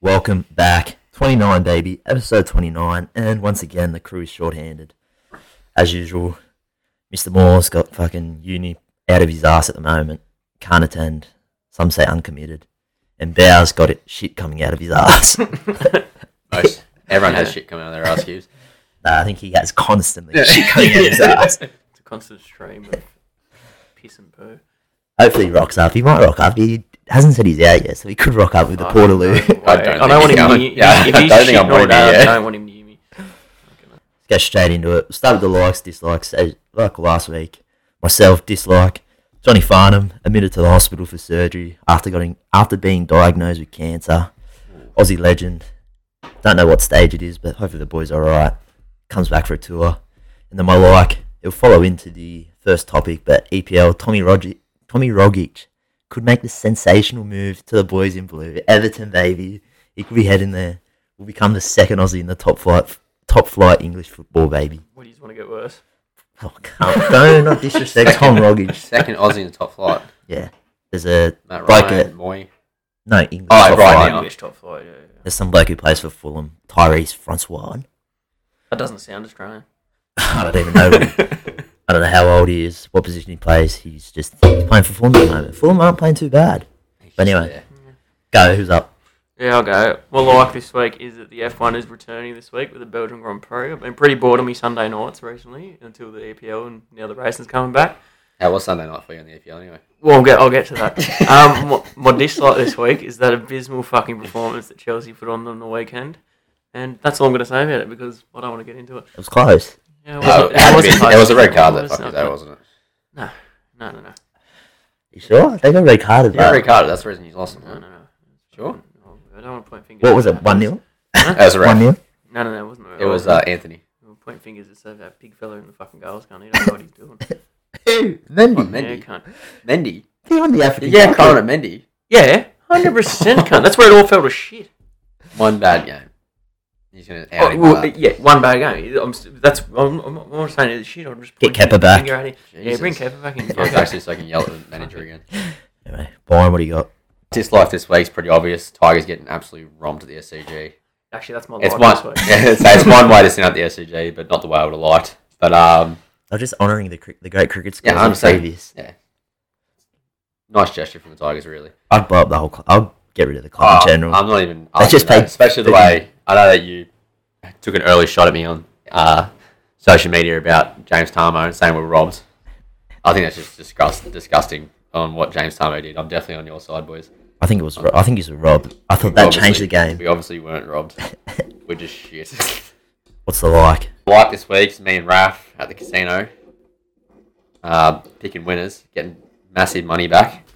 Welcome back. 29, baby. Episode 29. And once again, the crew is shorthanded. As usual, Mr. Moore's got fucking uni out of his ass at the moment. Can't attend. Some say uncommitted. And Bow's got it shit coming out of his ass. nah, Most, everyone has shit coming out of their ass cubes. I think he has constantly shit coming out of his ass. It's a constant stream of piss and poo. Hopefully he rocks up. He might rock up. He hasn't said he's out yet, so he could rock up with the I Portaloo. don't know. I don't I don't think want he's him going. near. Yeah, if I he's don't think I'm shitting on wanting him it, yet. I don't want him near me. Let's go straight into it. We'll Start with the likes, dislikes. As, like last week, myself dislike Johnny Farnham admitted to the hospital for surgery after getting after being diagnosed with cancer. Aussie legend. Don't know what stage it is, but hopefully the boy's all right. Comes back for a tour, and then my like it'll follow into the first topic. But EPL Tommy Rogic, Tommy Rogic could make the sensational move to the boys in blue. Everton baby, he could be heading there. Will become the second Aussie in the top flight top flight English football, baby. What do you want to get worse? Oh, come don't not disrespect Tom Rogic. Second Aussie in the top flight. Yeah, there's a Matt bloke Ryan, at- Moy. no English. Oh, top right flight. now. English top flight. Yeah, yeah. There's some bloke who plays for Fulham, Tyrese Francois. That doesn't sound Australian. I don't even know. I don't know how old he is, what position he plays. He's just he's playing for Fulham at the moment. Fulham aren't playing too bad. But anyway, go. Who's up? Yeah, I'll go. Well, like this week is that the F1 is returning this week with the Belgian Grand Prix. I've been pretty bored on me Sunday nights recently until the EPL and now the racing's coming back. How was Sunday night for you in the EPL anyway? Well, I'll get, I'll get to that. um, what, my dislike this week is that abysmal fucking performance that Chelsea put on on the weekend. And that's all I'm going to say about it because I don't want to get into it. It was close. Yeah, it Uh, wasn't- It was, wasn't it was a red card It that fucker, not- though, wasn't it? No, no, no. You sure? They got red carded. Yeah, Yeah, red card. That's the reason you lost him. No, Right? no, no. Sure. I don't want to point fingers. What was it? One 0 That was a One red. 0 No, no, no. It wasn't. a- It was uh, Anthony. We'll point fingers at some- that big fella in the fucking goals, can't he? I don't know what he's doing. Mendy. yeah, Oh, Mendy. cunt. Mendy. He won the African. Yeah, Cup. Colin and Mendy. Yeah, 100% cunt. That's where it all fell to shit. One bad game. He's gonna out Oh, him well, like that. yeah, one bad game. I'm, s- that's I'm, I'm, I'm not saying it's shit. I'm just Get pointing Kepa the back. finger At it. Yeah, Jesus. bring Kepa back in. Yeah, actually, so I can yell at the manager again. Anyway, Byron, what do you got? Dislike this week's pretty obvious. Tigers getting absolutely romped at the SCG. Actually, that's my It's life one, this week. yeah, so it's one way to send out the SCG, but not the way I would have liked. But um, They're just honouring the cri- the great cricket Yeah, scores yeah, I'm saying- previous. nice gesture from the Tigers, really. I'd blow up the whole. Club. I'll get rid of the club Uh, in general. I'm not even. They just arguing that, paid especially the 50. way I know that you took an early shot at me on uh, social media about James Tarmo and saying we're robbed. I think that's just disgust, disgusting on what James Tarmo did. I'm definitely on your side, boys. I think it was. Ro- I think it was Rob. I thought that Obviously- changed the game. We obviously weren't robbed. we're just shit. What's the like? like this week's me and Raph at the casino, uh, picking winners, getting massive money back.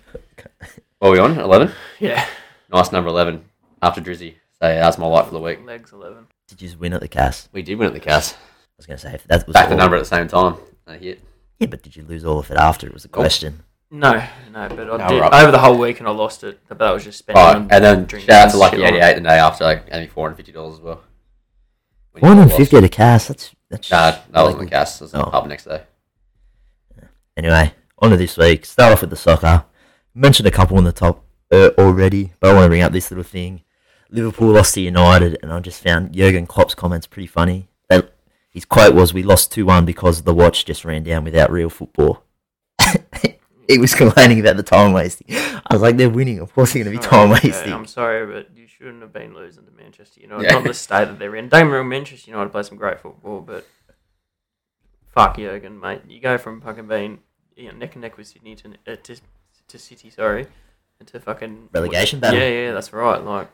What are we on? 11? yeah, Nice number 11 after Drizzy. So yeah, that's my light for the week. legs eleven. Did you just win at the cast? We did win at the cast. I was gonna say if that was Back the all- number at the same time. That hit. Yeah, but did you lose all of it after? It was a question. No, no, but I No, did right. over the whole week and I lost it. But that was just spending. Right, on and then drinking shout out and to Lucky shit on it. 88 the day after, like, only $450 as well. When One you hundred lost. fifty at a cast. That's that's. Nah, that wasn't the like- cast. It was in the Oh. pub next day. Anyway, on to this week. Start off with the soccer. Mentioned a couple on the top uh, already, but I want to bring up this little thing. Liverpool lost to United, and I just found Jurgen Klopp's comments pretty funny. They, his quote was, "We lost two one because the watch just ran down without real football." he was complaining about the time wasting. I was like, "They're winning. Of course, they're going to be time Sorry, Oh, okay, wasting." I'm sorry, but you shouldn't have been losing to Manchester United. Yeah. Not the state that they're in. Don't remember Manchester United play some great football, but fuck Jurgen, mate. You go from fucking being you know, neck and neck with Sydney to uh, to, to City, sorry, and to fucking Relegation battle. Yeah, yeah, that's right. Like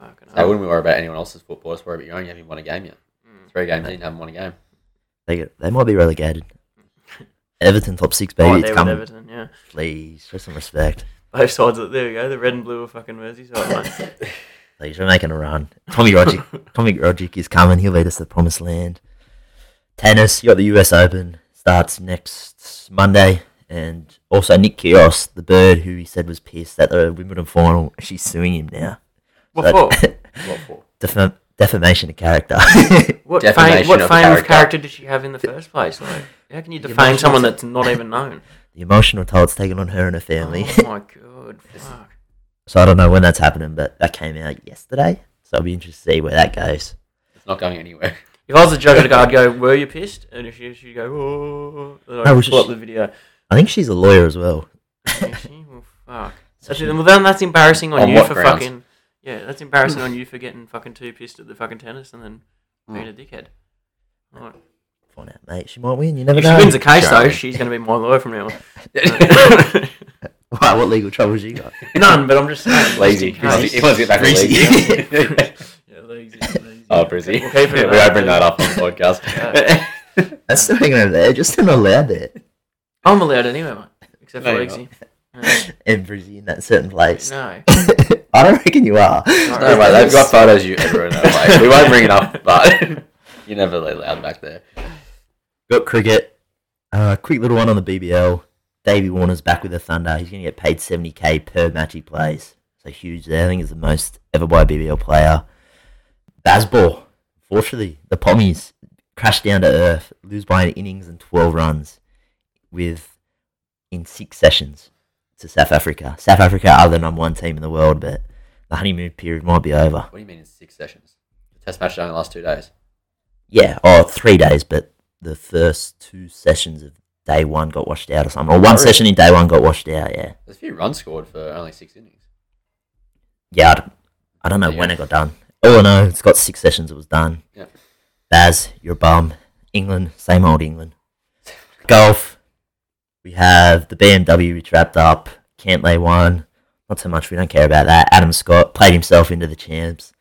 fucking. I hell. wouldn't worry about anyone else's football. Just worry about your own. You haven't won a game yet. Mm. Three games in, haven't won a game. They get, they might be relegated. Everton top six, Right baby. there it's with coming. Everton, yeah. Please, show some respect. Both sides. Of, there we go. The red and blue are fucking Merseyside, mate. Please, we're making a run. Tommy Rogic, Tommy Rogic is coming. He'll lead us to the promised land. Tennis, you got the US Open starts next Monday, and also Nick Kyrgios, the bird who he said was pissed at the Wimbledon final. She's suing him now. What So- for? What for? Defam- defamation of character. What fame, Defamation what of fame of character. character did she have in the first place? Like, how can you defame emotional- someone that's not even known? the emotional toll it's taken on her and her family. Oh my god, Oh fuck. So I don't know when that's happening, but that came out yesterday. So I'll be interested to see where that goes. It's not going anywhere. If I was a judge, I'd go, "Were you pissed?" And if she, she'd go, "Oh," then I'd No, we pull up should- the video. I think she's a lawyer as well. Is she? well, fuck. That's, well, then that's embarrassing on, On you what for grounds? fucking. Yeah, that's embarrassing on you for getting fucking too pissed at the fucking tennis and then Hmm. being a dickhead. Right. Find out, mate. She might win. You never If know. she wins the case though, Charlie. she's going to be my lawyer from now on. Wow, what legal trouble she got? None, but I'm just saying. Lazy. just He in wants to- he wants to case. get back to Greasy. lazy. Yeah, lazy, lazy. oh, Brizzy. We'll keep it at we that. opened that up on the podcast. That's still hanging over there. Just not allowed there. I'm allowed anyway, mate. Except for No, you're lazy. And Brizzy in that certain place. No. I don't reckon you are. no, mate, they've got photos of you everywhere in that place. We won't bring it up, but you're never allowed back there. Got cricket. Uh, quick little one on the BBL. Davey Warner's back with the Thunder. He's going to get paid 70k per match he plays. So huge there. I think it's the most ever by a BBL player. Basball. Fortunately, the Pommies crash down to earth, lose by an innings and 12 runs with in six sessions to South Africa. South Africa are the number one team in the world, but the honeymoon period might be over. What do you mean in six sessions? The test match only last two days. Yeah, oh, three days, but the first two sessions of day one got washed out or something. Or one really? session in day one got washed out, yeah. There's a few runs scored for only six innings. Yeah, I don't, I don't know when it got done. All I know, it's got six sessions it was done. Yeah. Baz, you're a bum. England, same old England. Golf, we have the BMW which wrapped up. Cantley won. Not so much, we don't care about that. Adam Scott played himself into the champs.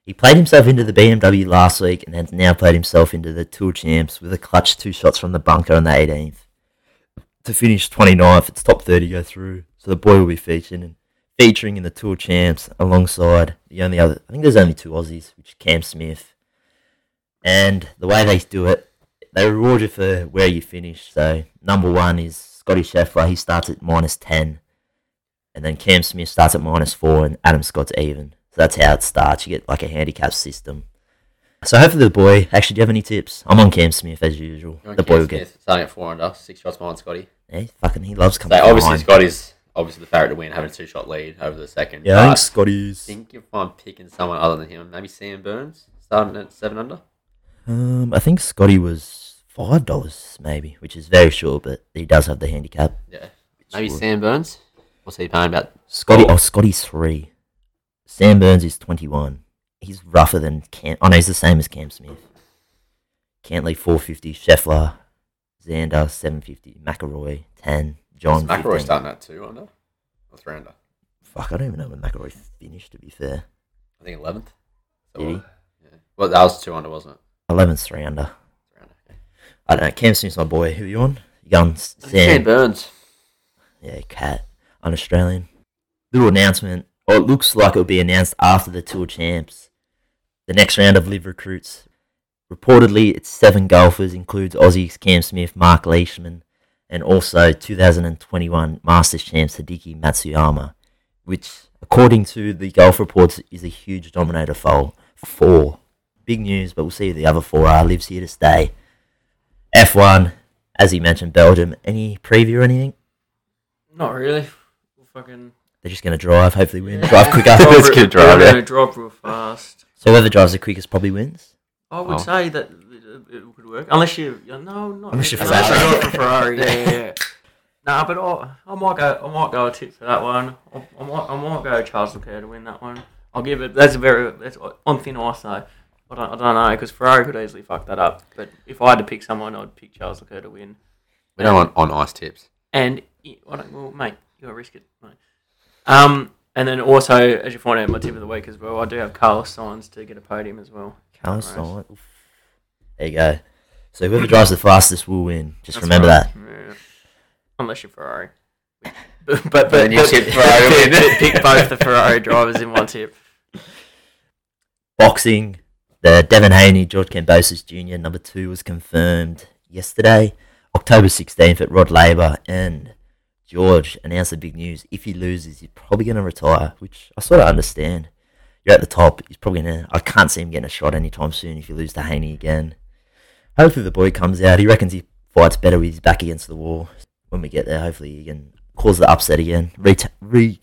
He played himself into the BMW last week and has now played himself into the Tour Champs with a clutch two shots from the bunker on the 18th. To finish 29th, it's top 30 go through. So the boy will be featured in, featuring in the Tour Champs alongside the only other, I think there's only two Aussies, which is Cam Smith. And the way they do it, they reward you for where you finish. So number one is Scotty Scheffler. He starts at minus 10. And then Cam Smith starts at minus four and Adam Scott's even. So that's how it starts. You get like a handicap system. So hopefully the boy, actually, do you have any tips? I'm on Cam Smith as usual. You're on The Cam boy will get, Smith, starting at four under, six shots behind Scotty. eh, fucking, he loves So coming obviously behind. Scotty's obviously the favourite to win, having a two shot lead over the second. Yeah, I but think Scotty's. I think if I'm picking someone other than him, maybe Sam Burns starting at seven under. Um, I think Scotty was five dollars maybe, which is very short, but he does have the handicap. Yeah, maybe would- Sam Burns. What's he paying about? Scotty, oh, Scotty's three. Sam Burns is twenty-one. He's rougher than Cam. Oh no, he's the same as Cam Smith. Cantley four fifty, Scheffler, Xander seven fifty, McElroy ten, Is John. McElroy 15. starting at two under or three under? Fuck, I don't even know when McElroy finished. To be fair, I think eleventh. Did he? Well, that was two under, wasn't it? eleven's three under. Three under. I don't know. Cam Smith's my boy. Who you on? You going S- Sam Sam? Burns. Yeah, cat. An Australian. Little announcement. Or it looks like it'll be announced after the Tour Champs. The next round of live recruits. Reportedly, it's seven golfers, includes Aussies Cam Smith, Mark Leishman, and also 2021 Masters champ Hideki Matsuyama, which, according to the golf reports, is a huge dominator foal. Four. Big news, but we'll see who the other four are. Lives here to stay. F1, as he mentioned, Belgium. Any preview or anything? Not really. We'll fucking They're just going to drive, hopefully win. Yeah. Drive quicker. Let's real- keep driving. they're gonna drop real fast. so whoever drives the quickest probably wins. I would Oh. say that it- it could work, unless you no, not Unless really. you're Unless Ferrari. you're going for Ferrari. Yeah, yeah. yeah. nah, but I, I might go. I might go a tip for that one. I, I might. I might go Charles Leclerc to win that one. I'll give it. That's a very. That's on thin ice though. I don't. I don't know because Ferrari could easily fuck that up. But if I had to pick someone, I'd pick Charles Leclerc to win. We don't want on ice tips. And i- I don't, well, mate, you gotta risk it. Mate. Um, and then also, as you find out, my tip of the week as well. I do have Carlos Sainz to get a podium as well. Carlos Right. Sainz. Oof. There you go. So whoever drives the fastest will win. Just That's remember right. that. Yeah. Unless you're Ferrari. but but, but, then you but- tip Ferrari will win. pick both the Ferrari drivers in one tip. Boxing. The Devin Haney, George Cambosis Jr. number two was confirmed yesterday, October 16th at Rod Laver. And George announced the big news. If he loses, he's probably going to retire, which I sort of understand. You're at the top. He's probably going to. I can't see him getting a shot anytime soon if you lose to Haney again. Hopefully the boy comes out. He reckons he fights better with his back against the wall. When we get there, hopefully he can cause the upset again. Ret- re-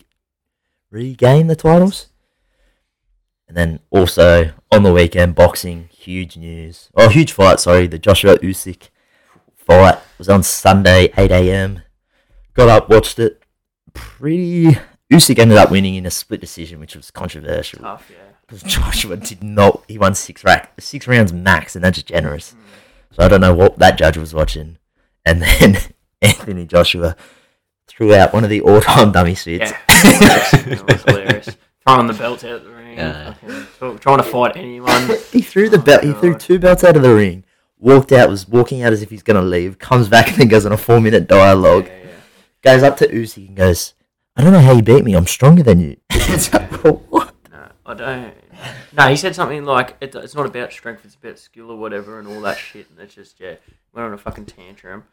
regain the titles. And then also on the weekend, boxing, huge news. Oh, huge fight, sorry. The Joshua Usyk fight was on Sunday, 8 a.m. Got up, watched it. Pretty. Usyk ended up winning in a split decision, which was controversial. Tough, yeah. Because Joshua did not. He won six rack, six rounds max, and that's generous. So I don't know what that judge was watching. And then Anthony Joshua threw out one of the all-time dummy sweets. Yeah. that was hilarious. Throwing the belt out of the ring. Yeah. fucking tr- Trying to fight anyone. he threw the Oh, belt. He threw God. two belts out of the ring. Walked out. Was walking out as if he's gonna leave. Comes back and then goes on a four-minute dialogue. Yeah, yeah. Goes up to Usyk and goes, "I don't know how you beat me. I'm stronger than you." it's like, what? No, I don't. No, he said something like, it, it's not about strength, it's about skill or whatever and all that shit. And it's just, yeah, went on a fucking tantrum.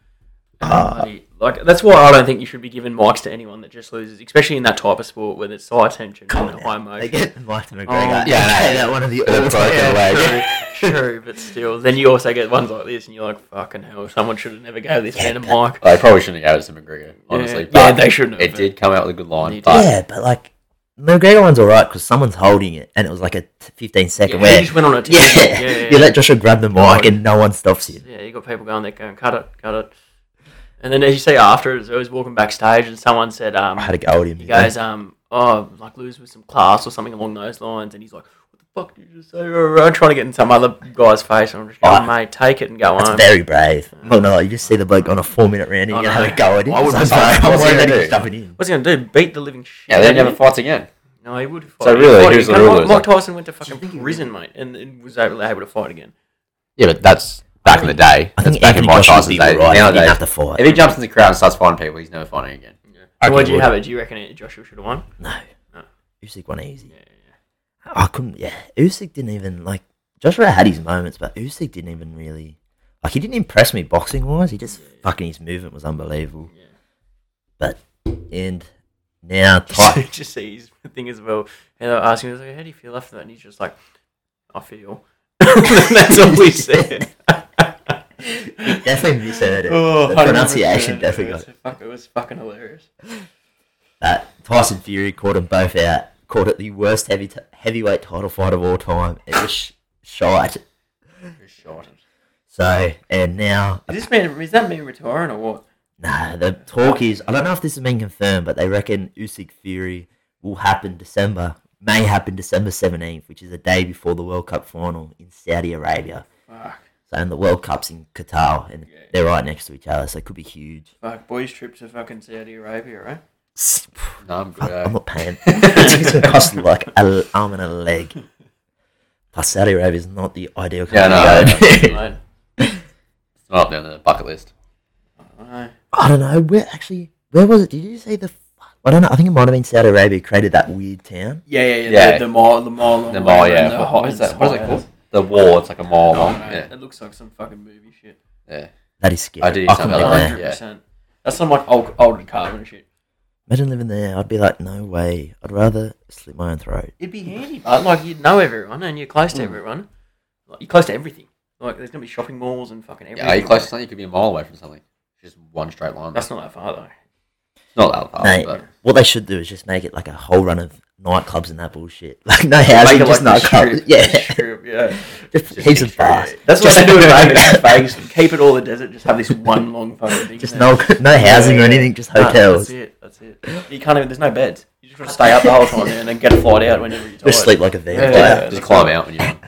And Ah. bloody- like, that's why I don't think you should be giving mics to anyone that just loses, especially in that type of sport where it's high tension and high They emotion. get Mike McGregor. Oh, yeah, no. Hey, that one of the All all-time- broken yeah. away. True, true, but still, then you also get ones like this, and you're like, "Fucking hell! Someone should have never gave this man a mic." They probably shouldn't have gave it to McGregor, honestly. Yeah, yeah, but they shouldn't have. It did come out with a good line, They but yeah, but like McGregor one's alright because someone's holding it, and it was like a t- 15 second Yeah, where he just went on a yeah, tangent. Yeah, yeah, you yeah. let Joshua grab the mic and no one stops him. Yeah, you got people going there going, "Cut it, cut it," and then as you see after it, I was walking backstage, and someone said, "Um, I had a go at him. he goes, um, oh, like lose with some class or something along those lines," and he's like. "What the Fuck did you just say? I'm trying to get in some other guy's face. and I'm just going, Oh, mate, take it and go That's on. very brave. No, no, you just see the bloke on a four minute round and I you know. have a go at him. I wouldn't It's have like, done I'm it. worried What's he that gonna he's do? stuffing in. What's he going to do? Beat the living shit. yeah, out they of never him? fights again. No, he would fight. really, He fought- who's the you know, real Mike- loser? Mike Tyson went to fucking think he would- prison, mate, and, and was able, able to fight again. Yeah, but that's back in the day. I That's think back in Anthony Mike Joshua did Tyson's day. right. He didn't Nowadays, have to fight. if he jumps in the crowd and starts fighting people, he's never fighting again. Yeah. reckon What do you would. have it? Do you reckon it? Joshua should have won. No. No. Usyk won easy. Yeah, I couldn't. Yeah, Usyk didn't even like. Joshua had his moments, but Usyk didn't even really like. He didn't impress me boxing wise. He just fucking his movement was unbelievable. Yeah. But and now yeah. Ty- just see his thing as well. And I asked him, I was like, "How do you feel after that?" And he's just like, "I feel." That's all he said. he definitely misheard it. Oh, the 100%. pronunciation definitely It was, got it. fuck, it was fucking hilarious. Uh, Tyson Fury caught them both out. Called it the worst heavy t- heavyweight title fight of all time. It was sh- shite. So and now Is this man? Is that man retiring or what? Nah, the talk is I don't know if this has been confirmed, but they reckon Usyk Fury will happen December, may happen December seventeenth, which is the day before the World Cup final in Saudi Arabia. Fuck, So and the World Cup's in Qatar, and Yeah. they're right next to each other, so it could be huge. fuck, boys' trip to fucking Saudi Arabia, right? S- pff, No, I'm good. fuck, eh? I'm not paying. it's going to cost like an arm and a leg. Plus, Saudi Arabia is not the ideal country. Yeah, no, to go to. Mate, It's not up there on the bucket list. I don't know. I don't know where actually. Where was it? Did you say the? fuck? I don't know. I think it might have been Saudi Arabia created that weird town. Yeah, yeah, yeah. Yeah. The, the mall, the mall, The mall, yeah. and the What- hot- what is and that? What is it hot- called? The wall. It's like a mall Oh, long. no, Yeah, It looks like some fucking movie shit. yeah. That is scary. I do I something couldn't live like there. that. Hundred percent. That's some like old, old carbon shit. Imagine living there. I'd be like, no way. I'd rather slit my own throat. It'd be handy, but Uh, like you'd know everyone and you're close Hmm. to everyone. Like, you're close to everything. Like there's gonna be shopping malls and fucking everything. Yeah, are you close to something? You could be a mile away from something. Just one straight line. That's not that far though. It's not that far. Mate. But What they should do is just make it like a whole run of nightclubs and that bullshit. Like no housing, Make it just like the nightclubs. strip, the Yeah, strip, yeah. just heaps of bars. That's what Just- they do in Vegas. in Vegas, keep it all the desert. Just have this one long fucking thing. Just there. no, no housing Yeah, or yeah. anything. Just No, hotels. that's it. That's it. You can't even. There's no beds. You just got to stay up the whole time there and then get a flight out whenever you're tired. Just sleep like a vampire. Yeah, yeah. just climb out when you want.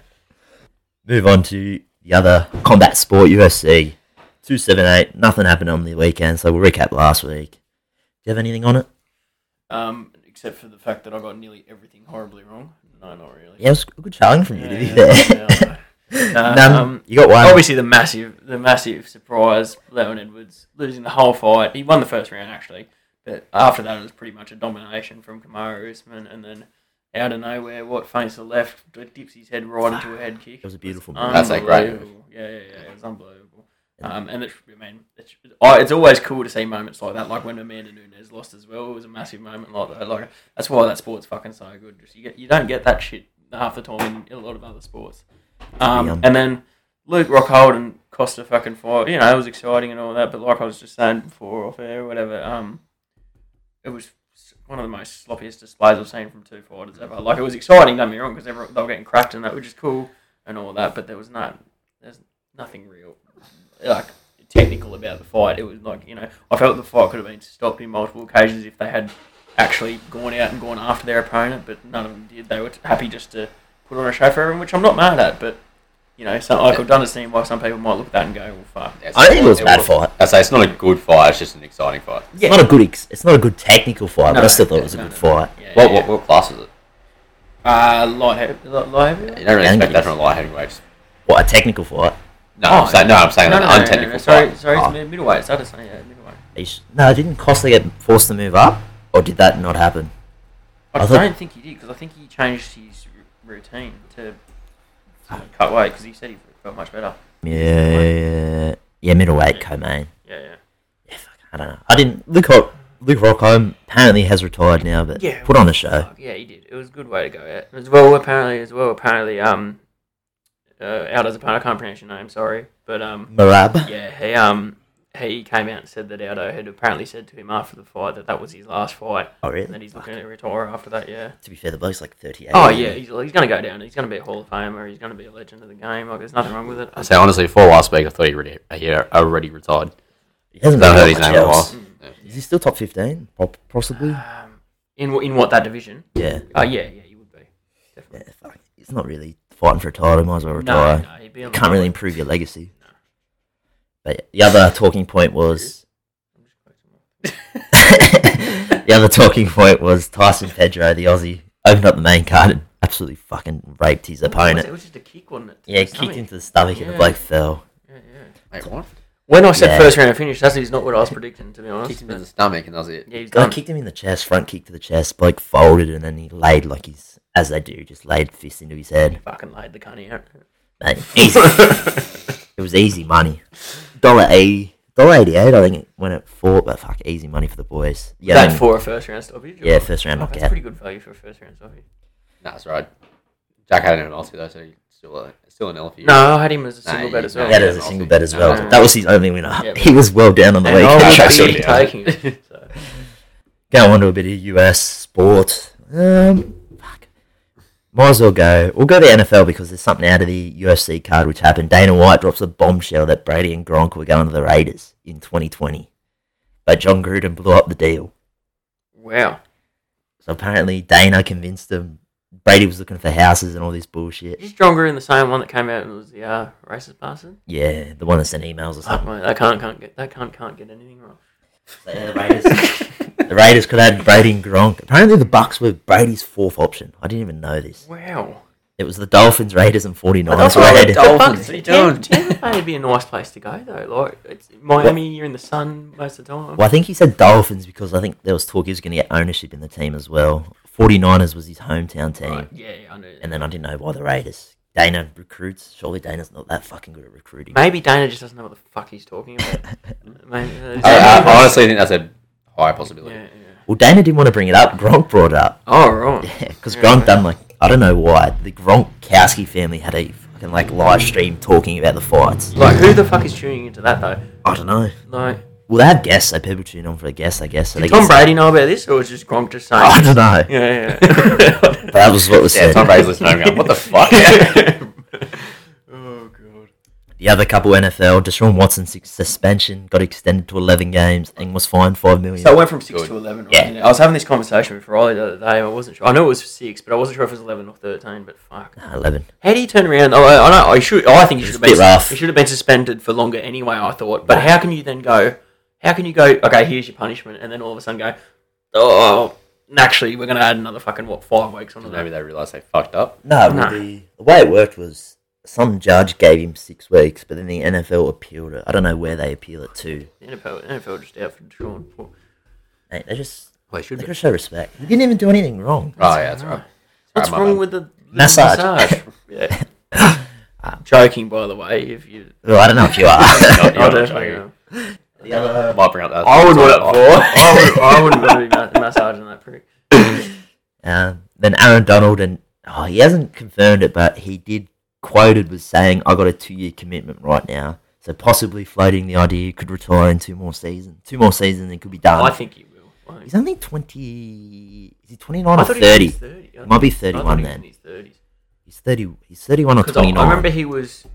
Move on to the other combat sport, UFC two seven eight. Nothing happened on the weekend, so we'll recap last week. Do you have anything on it? Um, except for the fact that I got nearly everything horribly wrong. No, not really. Yeah, it was a good challenge from you to be Yeah, fair. yeah, I know. None- Nah, um, you got one. obviously, the massive, the massive surprise, Leon Edwards losing the whole fight. He won the first round actually, but after that, it was pretty much a domination from Kamara Usman, and then out of nowhere, what feints the left dips his head right into a head kick. It was a beautiful Um, move. That's a great move. Unbelievable. Yeah, yeah, yeah. It was unbelievable. Um, and it's, I mean, it's, oh, it's always cool to see moments like that, like when Amanda Nunes lost as well. It was a massive moment like that. Like that's why that sport's fucking so good. Just you get, you don't get that shit half the time in a lot of other sports. Yeah. Um, and then Luke Rockhold and Costa fucking fight. You know, it was exciting and all that. But like I was just saying before, off air, or whatever. Um, it was s- one of the most sloppiest displays I've seen from two forwards ever. Like it was exciting, don't get me wrong, because they were getting cracked and that, which is cool and all that. But there was no, there's nothing real, like technical about the fight. It was like you know, I felt the fight could have been stopped in multiple occasions if they had actually gone out and gone after their opponent, but none of them did. They were happy just to put on a show for everyone, which I'm not mad at. But you know, so I could understand why some people might look at that and go, "Well, fuck." That's- I don't think it was a bad wa- fight. I say it's not a good fight. It's just an exciting fight. It's not a good. Ex- it's not a good technical fight, but I No, still thought it yeah, was a no, good no. fight. Yeah, What, yeah. what what class is it? Uh, light heavy, light, light heavy? You don't really Young expect that kids. from a light heavyweight. What a technical fight! No, I'm saying no. I'm saying an untechnical Sorry, fight. sorry, it's Oh. mid- middleweight. It's other yeah, middleweight. He sh- No, didn't Costa get forced to move up, or did that not happen? I, I thought- don't think he did because I think he changed his r- routine to Ah. sort of cut weight because he said he felt much better. Yeah, yeah, middleweight co-main. Yeah, yeah. Yeah, fuck, I don't know. I didn't. Luke Rock, Luke Rockholm apparently has retired now, but Yeah, put on a show. Fuck, yeah, he did. It was a good way to go out. As well, apparently, as well, apparently, um, uh, out as a part, I can't pronounce your name. Sorry, but um, Marab. Yeah, he um he came out and said that Aldo had apparently said to him after the fight that that was his last fight, Oh and that really? he's looking to retire after that. Yeah. To be fair, the bloke's like thirty-eight. Oh yeah, he's, he's going to go down. He's going to be a Hall of Famer. He's going to be a legend of the game. Like there's nothing wrong with it. I say honestly, before last week, I thought he already he already retired. He hasn't Don't heard done his much name in a else. while. Is he still top fifteen? Possibly. Um, in wh- in what that division? Yeah. Oh yeah, yeah, he would be. Yeah, Definitely. fuck. It's not really fighting for a title. Might as well retire. No, no, he'd be on You the can't really ballot. improve your legacy. But the other talking point was I'm just closing my- the other talking point was Tyson Pedro, the Aussie, opened up the main card and absolutely fucking raped his It opponent. was just a kick, wasn't it? to Yeah, the kicked stomach? into the stomach and the Yeah. bloke fell. Yeah, yeah. Mate, what? When I said Yeah. first round finish, that's not what I was predicting, to be honest. Kicked him but- in the stomach, and that was it. yeah, he's Guy done. kicked him in the chest, front kick to the chest, bloke folded and then he laid like he's as they do, just laid fist into his head. Fucking laid the cunt out. Mate, easy. it was easy money. Dollar eighty dollar eighty eight I think it went at four, but fuck easy money for the boys. Yeah, that then- for a first round stoppage? or- yeah, first round Oh, that's knockout. pretty good value for a first round stoppage. Nah, that's right. Jack had an Oscar though, so he's still a, still an L for you. No, I had him as a Nah, single you- bet as well. He had Yeah, it as a I'll single see. bet as No, well. no, no. That was his only winner. Yeah, but- he was well down on the And I week. was Shut really it down. taking it. So. Go on to a bit of US sport. Um, fuck. Might as well go. We'll go to NFL because there's something out of the UFC card which happened. Dana White drops a bombshell that Brady and Gronk were going to the Raiders in 2020, but John Gruden blew up the deal. Wow. So apparently Dana convinced him Brady was looking for houses and all this bullshit. Is stronger in the same one that came out and was the uh, racist bastard? Yeah, the one that sent emails or Oh, something. mate, that can't, can't get that can't can't get anything wrong. Yeah, the Raiders. the Raiders could add Brady and Gronk. Apparently, the Bucks were Brady's fourth option. I didn't even know this. Wow. It was the Dolphins, Raiders, and 49ers. Oh, were the ahead. Dolphins, Bucks- what are you Tam- doing? Tampa Bay would be a nice place to go though. Like it's Miami, you're in the sun most of the time. Well, I think he said Dolphins because I think there was talk he was going to get ownership in the team as well. 49ers was his hometown team. Right, Yeah, yeah, I know. And then I didn't know why the Raiders. Dana recruits. Surely Dana's not that fucking good at recruiting. Maybe Dana just doesn't know what the fuck he's talking about. Maybe, uh, Uh, I, I honestly think that's a high possibility. yeah, yeah. Well, Dana didn't want to bring it up. Gronk brought it up. Oh right. Because Yeah. Gronk done like, I don't know why, the Gronkowski family had a fucking like live stream talking about the fights. Like who the fuck is tuning into that though? I don't know. Like Well, they have guests, so people tune on for a guest, I guess. So they did Tom get- Brady know about this or was just Gronk just saying? I don't know. Yeah, But that was what was Yeah, said. Tom Brady's listening. I'm going, what the fuck? oh god. The other couple NFL, Deshaun Watson's sus- suspension got extended to 11 games and was fined 5 million. So I went from six Good. to eleven. Right? Yeah. Yeah. I was having this conversation with Riley the other day. and I wasn't sure. I know it was six, but I wasn't sure if it was eleven or thirteen. But fuck, Nah, 11. how do you turn around? Oh, I I know. I should. I think he It's should have a bit been. rough. He should have been suspended for longer anyway. I thought. But how can you then go? How can you go? Okay, here's your punishment, and then all of a sudden go, oh, and actually, we're gonna add another fucking what five weeks onto Maybe that. they realised they fucked up. No, Nah. The, the way it worked was some judge gave him 6 weeks, but then the NFL appealed it. I don't know where they appeal it to. The NFL, NFL just out for Sean. Mate, they just, Well, they should they be. gotta show respect. You didn't even do anything wrong. Oh, yeah, that's right. What's Sorry, my wrong bad. with the, the Massage. massage? yeah. Joking, by the way. If you, Well, I don't know if you are. You're I not don't joking. know. the other I might bring up that. I wouldn't that's want what I'm for. I would. I wouldn't want to be ma- massaging that prick. Um, then Aaron Donald and oh, he hasn't confirmed it, but he did quoted was saying, "I got a two-year commitment right now, so possibly floating the idea he could retire in two more seasons. Two more seasons, it could be done." I think he will. blown. Um, He's only 20. Is he 29 I or thought 30? He was 30. I He might be thought- I thought 31 he was then. in his 30s. He's 30. He's 31 or Because I, 29. I remember he was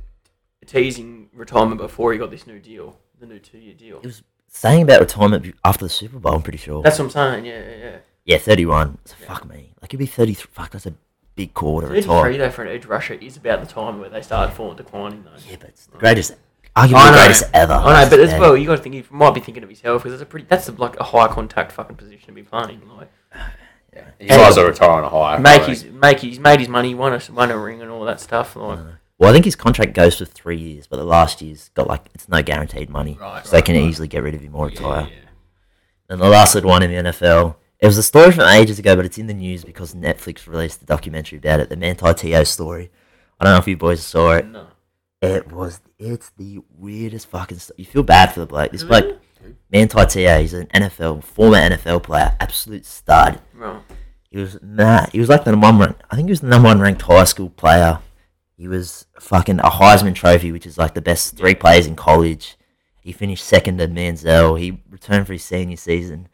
teasing retirement before he got this new deal, the new two-year deal. He was saying about retirement be- after the Super Bowl. I'm pretty sure. That's what I'm saying. Yeah, yeah, yeah. yeah, 31. So fuck me. Like he'd be 33. Fuck, that's a big call to retire. 33 though for an edge rusher is about the time where they started falling declining though. Yeah, but it's the greatest, arguably I the know. greatest ever. I know, but as Yeah. well, you got to think he might be thinking of himself because it's a pretty that's a, like a high contact fucking position to be playing. Like He might as well retire on a high. make his make his made his money, won a won a ring and all that stuff. Like Well, I think his contract goes for three years, but the last year's got like it's no guaranteed money, Right, so they right, can right. easily get rid of him or retire. Yeah, yeah. And the last little one in the NFL. It was a story from ages ago, but it's in the news because Netflix released a documentary about it, the Manti Te'o story. I don't know if you boys saw it. no. It was it's the weirdest fucking stuff. You feel bad for the bloke. This Who bloke, is Manti Te'o, he's an NFL former NFL player, absolute stud. Right. He was mad. He was like the number one. rank- I think he was the number one ranked high school player. He was fucking a Heisman Trophy, which is like the best three players in college. He finished second to Manziel. He returned for his senior season.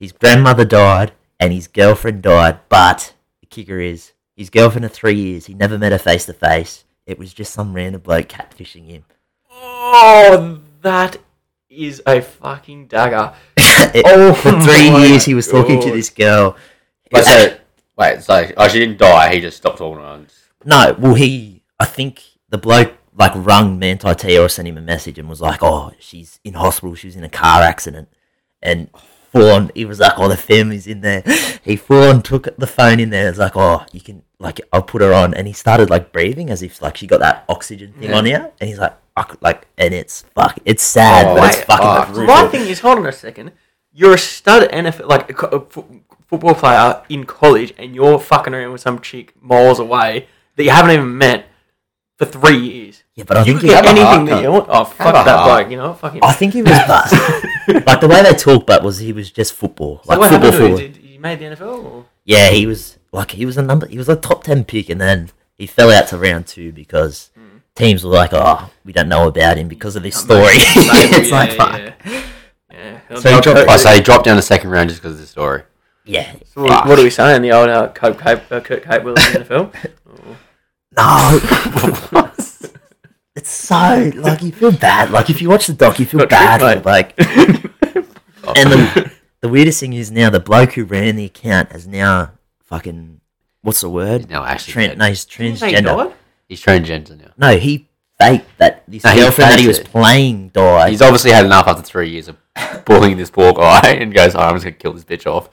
His grandmother died and his girlfriend died, but the kicker is his girlfriend of three years. He never met her face to face. It was just some random bloke catfishing him. Oh, that is a fucking dagger. It- Oh for three my years, he was talking to God. this girl. But so, wait, so oh, she didn't die. He just stopped talking to her. and- No, well, he, I think the bloke like rung Manti Te'o or sent him a message and was like, "Oh, she's in hospital. She was in a car accident." And full on, he was like, "Oh, the family's in there." He full on took the phone in there. It's like, "Oh, you can like, I'll put her on." And he started like breathing as if like she got that oxygen thing on here. And he's like, I could, like, and it's fuck, it's sad, Oh, but it's mate, fucking fuck. brutal. My thing is, hold on a second. You're a stud NFL like a, co- a fo- football player in college, and you're fucking around with some chick miles away that you haven't even met for three years. Yeah, but I You think could he, get have a anything heart, that cunt. you want. Oh fuck Have a that heart. bloke, you know. Fucking. I think he was but like the way they talk, but was he was just football, So like what football, happened to football. him? Did he made the NFL? Or? yeah, he was like he was a number he was a top ten pick and then he fell out to round two because teams were like, Oh, we don't know about him because of this story. it's yeah, like yeah, fuck. yeah. Yeah. So he dropped- Oh, so he dropped down the second round just because of this story. Yeah. So what, what are we saying? The old uh, Cope, Cope, uh, Kurt Cape Willis in the NFL? Oh. No Oh. It's so like you feel bad. Like if you watch the doc you feel Got bad tricked, for the like and the the weirdest thing is now the bloke who ran the account has now fucking what's the word? No, actually, Tran- no, he's Didn't they transgender. die? he's transgender now. No, he faked that this No, he girlfriend that he was faked it. playing died. He's obviously had enough after three years of bullying this poor guy and goes, oh, I'm just going to kill this bitch off.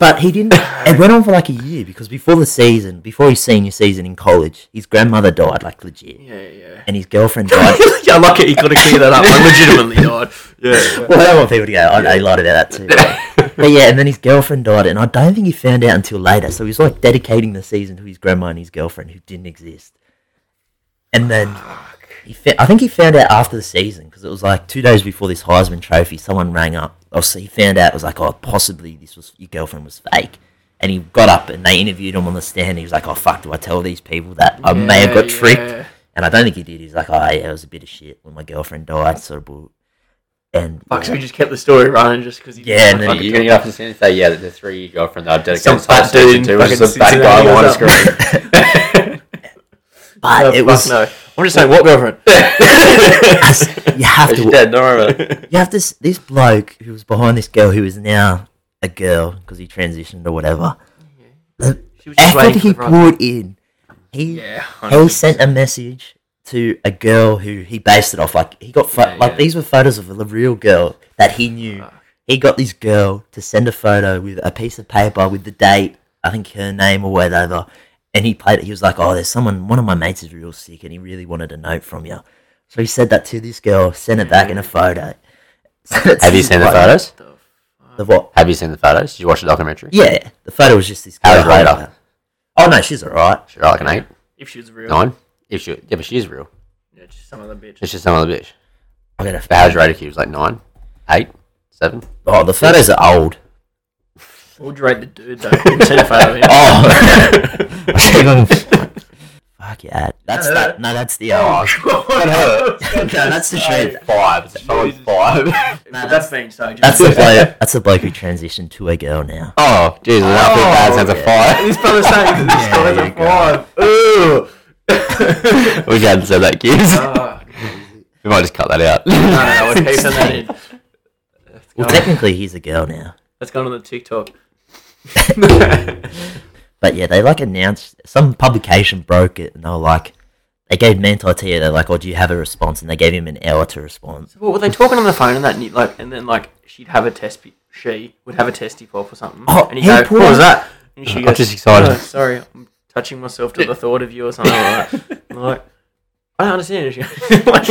But he didn't. It went on for like a year because before the season, before his senior season in college, his grandmother died, like legit, Yeah, yeah. and his girlfriend died. yeah, lucky he got to clear that up. I legitimately died. Yeah. well, I don't want people to go, I know you lied about that too. But, but yeah, and then his girlfriend died, and I don't think he found out until later. So he was like dedicating the season to his grandma and his girlfriend who didn't exist. And then he, fa- I think he found out after the season because it was like two days before this Heisman Trophy. Someone rang up. Obviously, he found out it was like, oh, possibly this was your girlfriend was fake. And he got up and they interviewed him on the stand. And he was like, oh fuck, do I tell these people that I may have Yeah, got yeah. tricked? And I don't think he did. He's like, oh yeah, it was a bit of shit when my girlfriend died, sort of. bull- And Fuck, so we just kept the story running just because he Yeah, and You're then going to get up and stand and say, yeah, the three girlfriend that I've Some dedicated fat some season dude to was fucking just a sits fat in guy there on and a screen. but Uh, it was no. I'm just saying, what girlfriend? you have She's to dead, don't worry about it. you have this this bloke who was behind this girl who is now a girl because he transitioned or whatever. The She was just effort waiting for he the right. poured in, he Yeah, he sent a message to a girl who he based it off. Like he got pho- Yeah, like yeah. these were photos of a real girl that he knew. He got this girl to send a photo with a piece of paper with the date, I think her name or whatever. And he played it. He was like, "Oh, there's someone. One of my mates is real sick, and he really wanted a note from you." So he said that to this girl, sent it back in a photo. Have you seen the photos? The what? Have you seen the photos? Did you watch the documentary? Yeah, the photo was just this. How girl is Radar? holding her. Oh no, she's alright. She's like an eight, If she was real. nine. If she, yeah, but she's real. Yeah, just some other bitch. It's just some other bitch. I got a But how's rated? He was like nine, eight, seven. Oh, the photos are old. Oh. What would you rate the dude, though? Send a photo of him. Oh. Fuck, Fuck yeah. That's no, that. No, that's the. Uh, that no, that's the shit. Five. It's a solid five. But that's being so. That's the bloke. That's the bloke who transitioned to a girl now. Oh, Jesus. I think Baz has a five. this brother's saying. Yeah, there you go. Ooh. we can't say that, kids. Oh, we might just cut that out. no, no, no, we're keeping that in. That's Well, gone- technically, he's a girl now. That's gone on the TikTok. But yeah, they like announced some publication broke it, and they were like, they gave Mentor Tia, they're like, "Oh, do you have a response?" And they gave him an hour to respond. Well, were they talking on the phone and that, and you- like, and then like she'd have a test. pe- She would have a testy pop or something. Oh, and hey, go, Paul. "What was that?" And she I'm goes, just excited. "Oh, sorry, I'm touching myself to the thought of you or something." Like, that. I'm like I don't understand. She goes, like,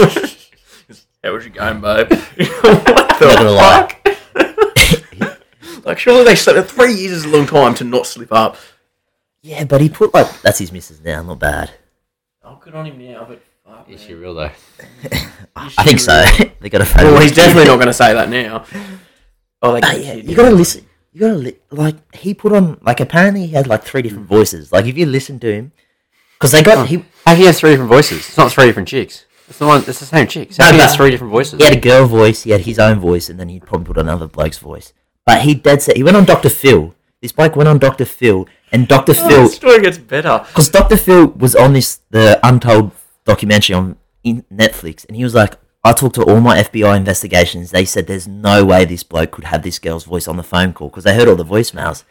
"How was your game, babe?" what Not gonna lie. the fuck? like, surely they slept. Three years is a long time to not slip up. Yeah, but he put like, "That's his missus now, not bad." Oh, good on him now, but. fuck, Is man. she real, though? I think so. they got a photo. Well, of he's his definitely kid. not going to say that now. Oh, they But Ah, yeah, you gotta listen. You gotta li- like he put on like apparently he had like three different voices. Like if you listen to him, because they got he How Ah, he has three different voices? It's not three different chicks. It's the one. It's the same chicks. How No, he but- has three different voices? he had a girl voice, he had his own voice, and then he probably put another bloke's voice. But he dead set. He went on Doctor Phil. This bloke went on Doctor Phil, and Doctor The Phil story gets better. because Doctor Phil was on this the Untold documentary on in Netflix, and he was like, "I talked to all my FBI investigations. They said there's no way this bloke could have this girl's voice on the phone call because they heard all the voicemails."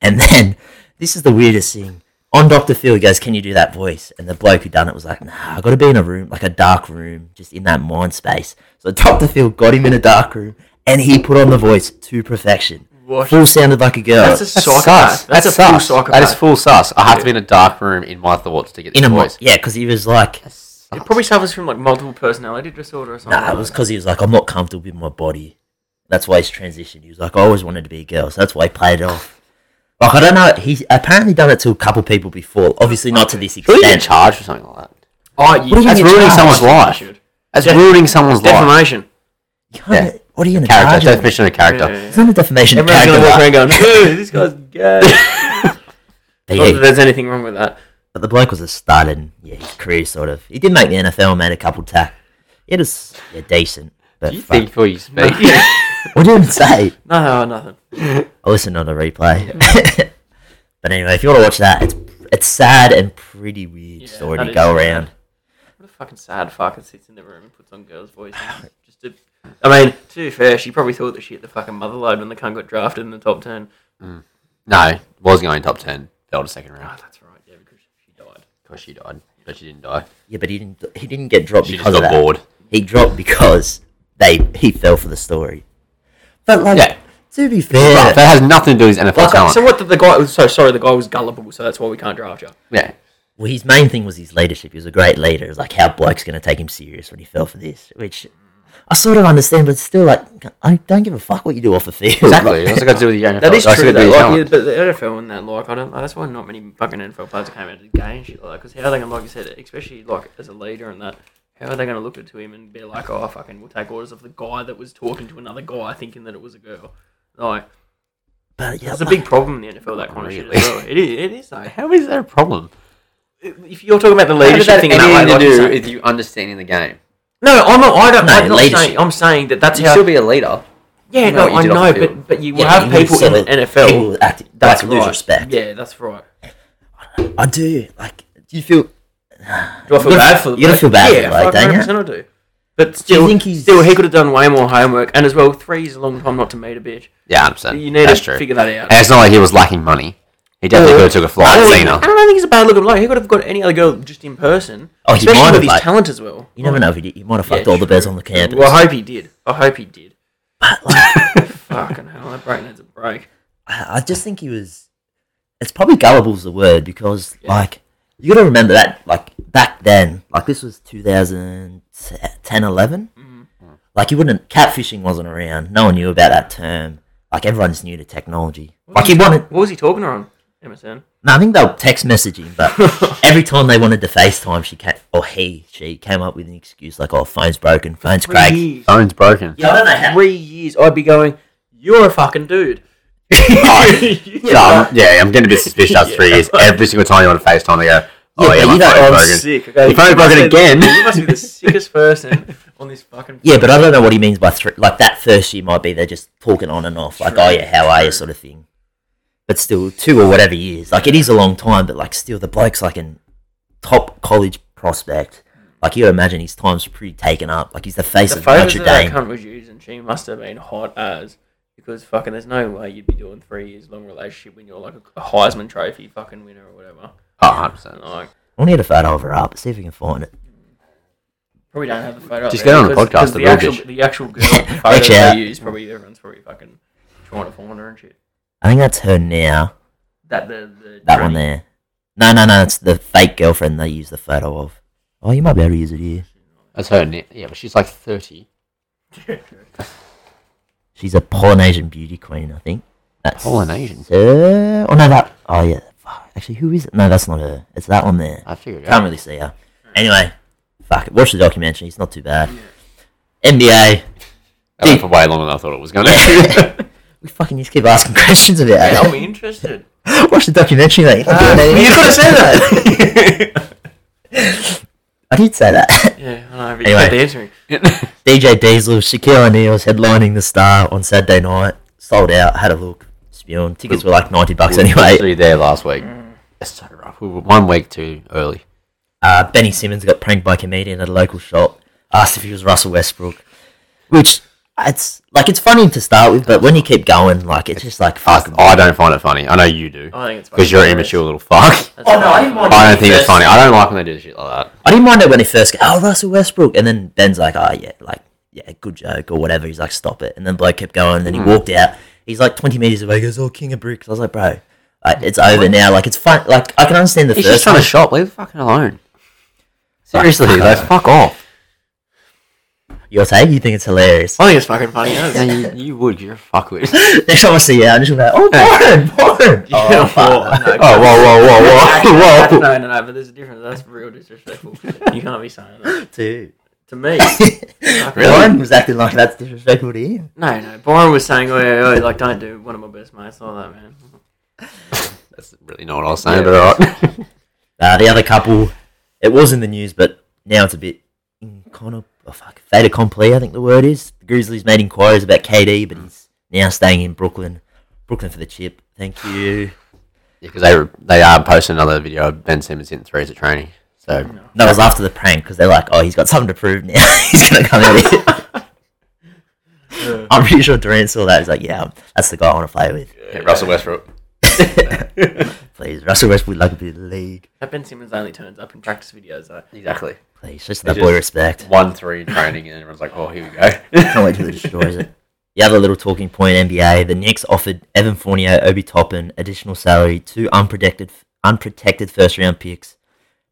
And then this is the weirdest thing. On Doctor Phil, he goes, "Can you do that voice?" And the bloke who done it was like, "Nah, I got to be in a room, like a dark room, just in that mind space." So Doctor Phil got him in a dark room, and he put on the voice to perfection. What? Full sounded like a girl. That's a That's psychopath. sus. That's, a full sus. psychopath. That is full sus. I have to be in a dark room in my thoughts to get in this a mo- voice. Oh, yeah, because he was like. It probably suffers from like multiple personality disorder or something. Nah, it was because he was like, I'm not comfortable with my body. That's why he's transitioned. He was like, I always wanted to be a girl, so that's why he played it off. Like, I don't know. He's apparently done it to a couple people before. Obviously, not to this Who get extent. charged for something like that? Oh, you, What do That's you get ruining charged? someone's life. That's ruining someone's life. Defamation. You can't- Yeah. What are you going to charge Character him? with? definition of character. Yeah. It's not a defamation of Everyone's character. going to walk right? around going, "Hey, this guy's gay. But, Not that yeah, there's anything wrong with that. but the bloke was a stud and yeah, his career sort of. He did make the NFL, made a couple tack. It was yeah, decent. But You fuck. think before you speak. what did he say? No, nothing. I listened on the replay. but anyway, if you want to watch that, it's it's sad and pretty weird Yeah, story that to is go sad. around. What a fucking sad fuck that sits in the room and puts on girls' voices. Just to, I mean, to be fair, she probably thought that she hit the fucking mother load when the cunt got drafted in the top 10. no, was going top ten. Fell to second Oh, round that's right. Yeah, because she died. because she died, but she didn't die. Yeah, but he didn't. He didn't get dropped She just because of got that. bored. He dropped because they he fell for the story. But like, Yeah. to be Right, fair, that has nothing to do with his NFL So, talent. so what did the guy? So sorry, the guy was gullible, so that's why we can't draft you. yeah, well, his main thing was his leadership. He was a great leader. It was like how bloke's going to take him serious when he fell for this, which I sort of understand, but still, like, I don't give a fuck what you do off the field. exactly. Like, That's got to do with Oh, the NFL. That is That's true, got to do with though. his Like, yeah, talent. but the NFL and that, like, I don't. That's why not many fucking NFL players came out of the game and shit like. Because how are they gonna, like you said, especially like as a leader and that, how are they gonna look to him and be like, oh, fucking, we'll take orders of the guy that was talking to another guy, thinking that it was a girl. Like, but yeah, it's a like, big problem in the NFL that kind of shit. As Really? well. It is. It is. Though. How is that a problem? If you're talking about the How leadership does that thing, in that anything way, like to you're do saying- with you understanding the game? no, I'm not. I don't. No, I'm not leadership. saying. I'm saying that that's You how. still be a leader. yeah, you know what no, you I did off know, the field. but but you will Yeah, have you people in sort the of- NFL. people act- that's like, lose right. respect. Yeah, that's right. I do. Like, do you feel? Do I feel You gotta- bad for the you gotta bloke? feel bad for yeah, the bloke, fuck, don't you? 100% I do. But still, think he's- still, he could have done way more homework, and as well, three is a long time not to meet a bitch. Yeah, I'm saying You need that's to true. figure that out. And it's not like he was lacking money. He definitely Uh, could have took a I flight don't, at think, I Cena. don't think he's a bad looking bloke. He could have got any other girl just in person. Oh, he especially might with have, his like- talent as well. You never know. If he, did, he might have Yeah, fucked all the true. bears on the campus. Well, I hope he did. I hope he did. But, like, Fucking hell, that brain needs a break. I I just think he was. It's probably gullible's the word because like you got to remember that like back then like this was 2010 11 like you wouldn't catfishing wasn't around no one knew about that term like everyone's new to technology like he wanted What was he talking to her on MSN? no I think they were text messaging but every time they wanted to FaceTime she came or he she came up with an excuse like oh phone's broken phone's Three cracked years. Phone's broken. yeah I don't know how Three years. I'd be going. You're a fucking dude. Oh, Yeah, I'm, yeah, I'm getting a bit suspicious after three years. Every single time you want to FaceTime, they go, Oh, yeah, but my you know, phone's I'm broken. Sick. Okay, Your phone you must broken be the- again. you must be the sickest person on this fucking. Yeah, but I don't know what he means by thr Like that first year might be they're just talking on and off, like True, "oh yeah, how are you?" true. sort of thing. But still, two or whatever years. Like it is a long time, but like still, the bloke's like an top college prospect. Like you imagine his time's pretty taken up. Like he's the face the of photos Notre of that Dame. cunt was used, and she must have been hot as. Because fucking, there's no way you'd be doing three years long relationship when you're like a Heisman Trophy fucking winner or whatever. Oh, 100%. Like, I'll need a photo of her up. See if we can find it. probably don't have the photo. up Just there get on a because- podcast, because the The real actual, bitch. the actual girl photos Actually, they uh, use, probably everyone's probably fucking trying to find her and shit. I think that's her now. That the, the That one tranny- there. No, no, no. It's the fake girlfriend they use the photo of. Oh, you might be able to use it here. That's her. ne- Yeah, but she's like 30. She's a Polynesian beauty queen, I think. That's Polynesian. Uh, oh no, that. Oh yeah. Fuck. Actually, who is it? No, that's not her. It's that one there. I figured it Can't out. really see her. Anyway, fuck it. Watch the documentary. It's not too bad. NBA. I went for way longer than I thought it was going to. We fucking just keep asking questions about Yeah, it. eh? I'll be interested. Watch the documentary, mate. Ah, you could have said that. that. I did say that. Yeah, I know. But you kept Anyway. answering. DJ Diesel, Shaquille O'Neal's headlining the Star on Saturday night. Sold out. Had a look. Spewing. Tickets were like ninety bucks anyway. See you there last week. Mm. It's so rough. We were one week too early. Uh, Benny Simmons got pranked by a comedian at a local shop. Asked if he was Russell Westbrook, which it's like it's funny to start with, but when you keep going, like it's just like fuck. I don't find it funny. I know you do. I think it's Because you're an fucking immature little fuck. hilarious. That's Oh, no, I didn't fucking want I don't think it's Yes. funny. I don't like when they do shit like that. I didn't mind it when he first go, oh Russell Westbrook, and then Ben's like, oh yeah, like yeah, good joke or whatever. He's like, stop it, and then bloke kept going, and then he Hmm. walked out. He's like twenty meters away. He goes, oh King of Bricks. I was like, bro, like, it's over now. Like it's fun. Like I can understand the He's just first trying one. to shop. Leave the fucking alone. Seriously, like, fuck off. Your take? You think it's hilarious? I think it's fucking funny. Yeah, Yes. you, you would. You're a fuckwit. Next time I see you, I'm just gonna be like, oh Byron, Byron. oh, no, whoa, Oh. whoa, whoa, whoa, whoa. No, no, no, but there's a difference. That's real disrespectful. you can't be saying that. Dude. To me. Byron was acting like that's disrespectful to him. No, no. Byron was saying, oi, oi, oi, like, don't do one of my best mates like that, man. That's really not what I was saying, Yeah, but alright. Uh, the other couple, it was in the news, but now it's a bit kind of oh fuck fait accompli. I think the word is. The Grizzlies made inquiries about KD, but he's now staying in Brooklyn. Brooklyn for the chip. Thank you. Because they were, they are posting another video of Ben Simmons hitting threes at training. So Mm. No, it was after the prank because they're like, oh, he's got something to prove now. he's gonna come out here. I'm pretty sure Durant saw that. He's like, yeah, that's the guy I want to play with. yeah, Russell Westbrook. Please, Russell Westbrook, like a bit of the league. That Ben Simmons only turns up in practice videos, though. Exactly. Please, just that just- boy respect. One three in training, and everyone's like, "Oh, here we go." Can't wait till it destroys it. The other little talking point NBA, the Knicks offered Evan Fournier, Obi Toppin additional salary, two unprotected unprotected first round picks,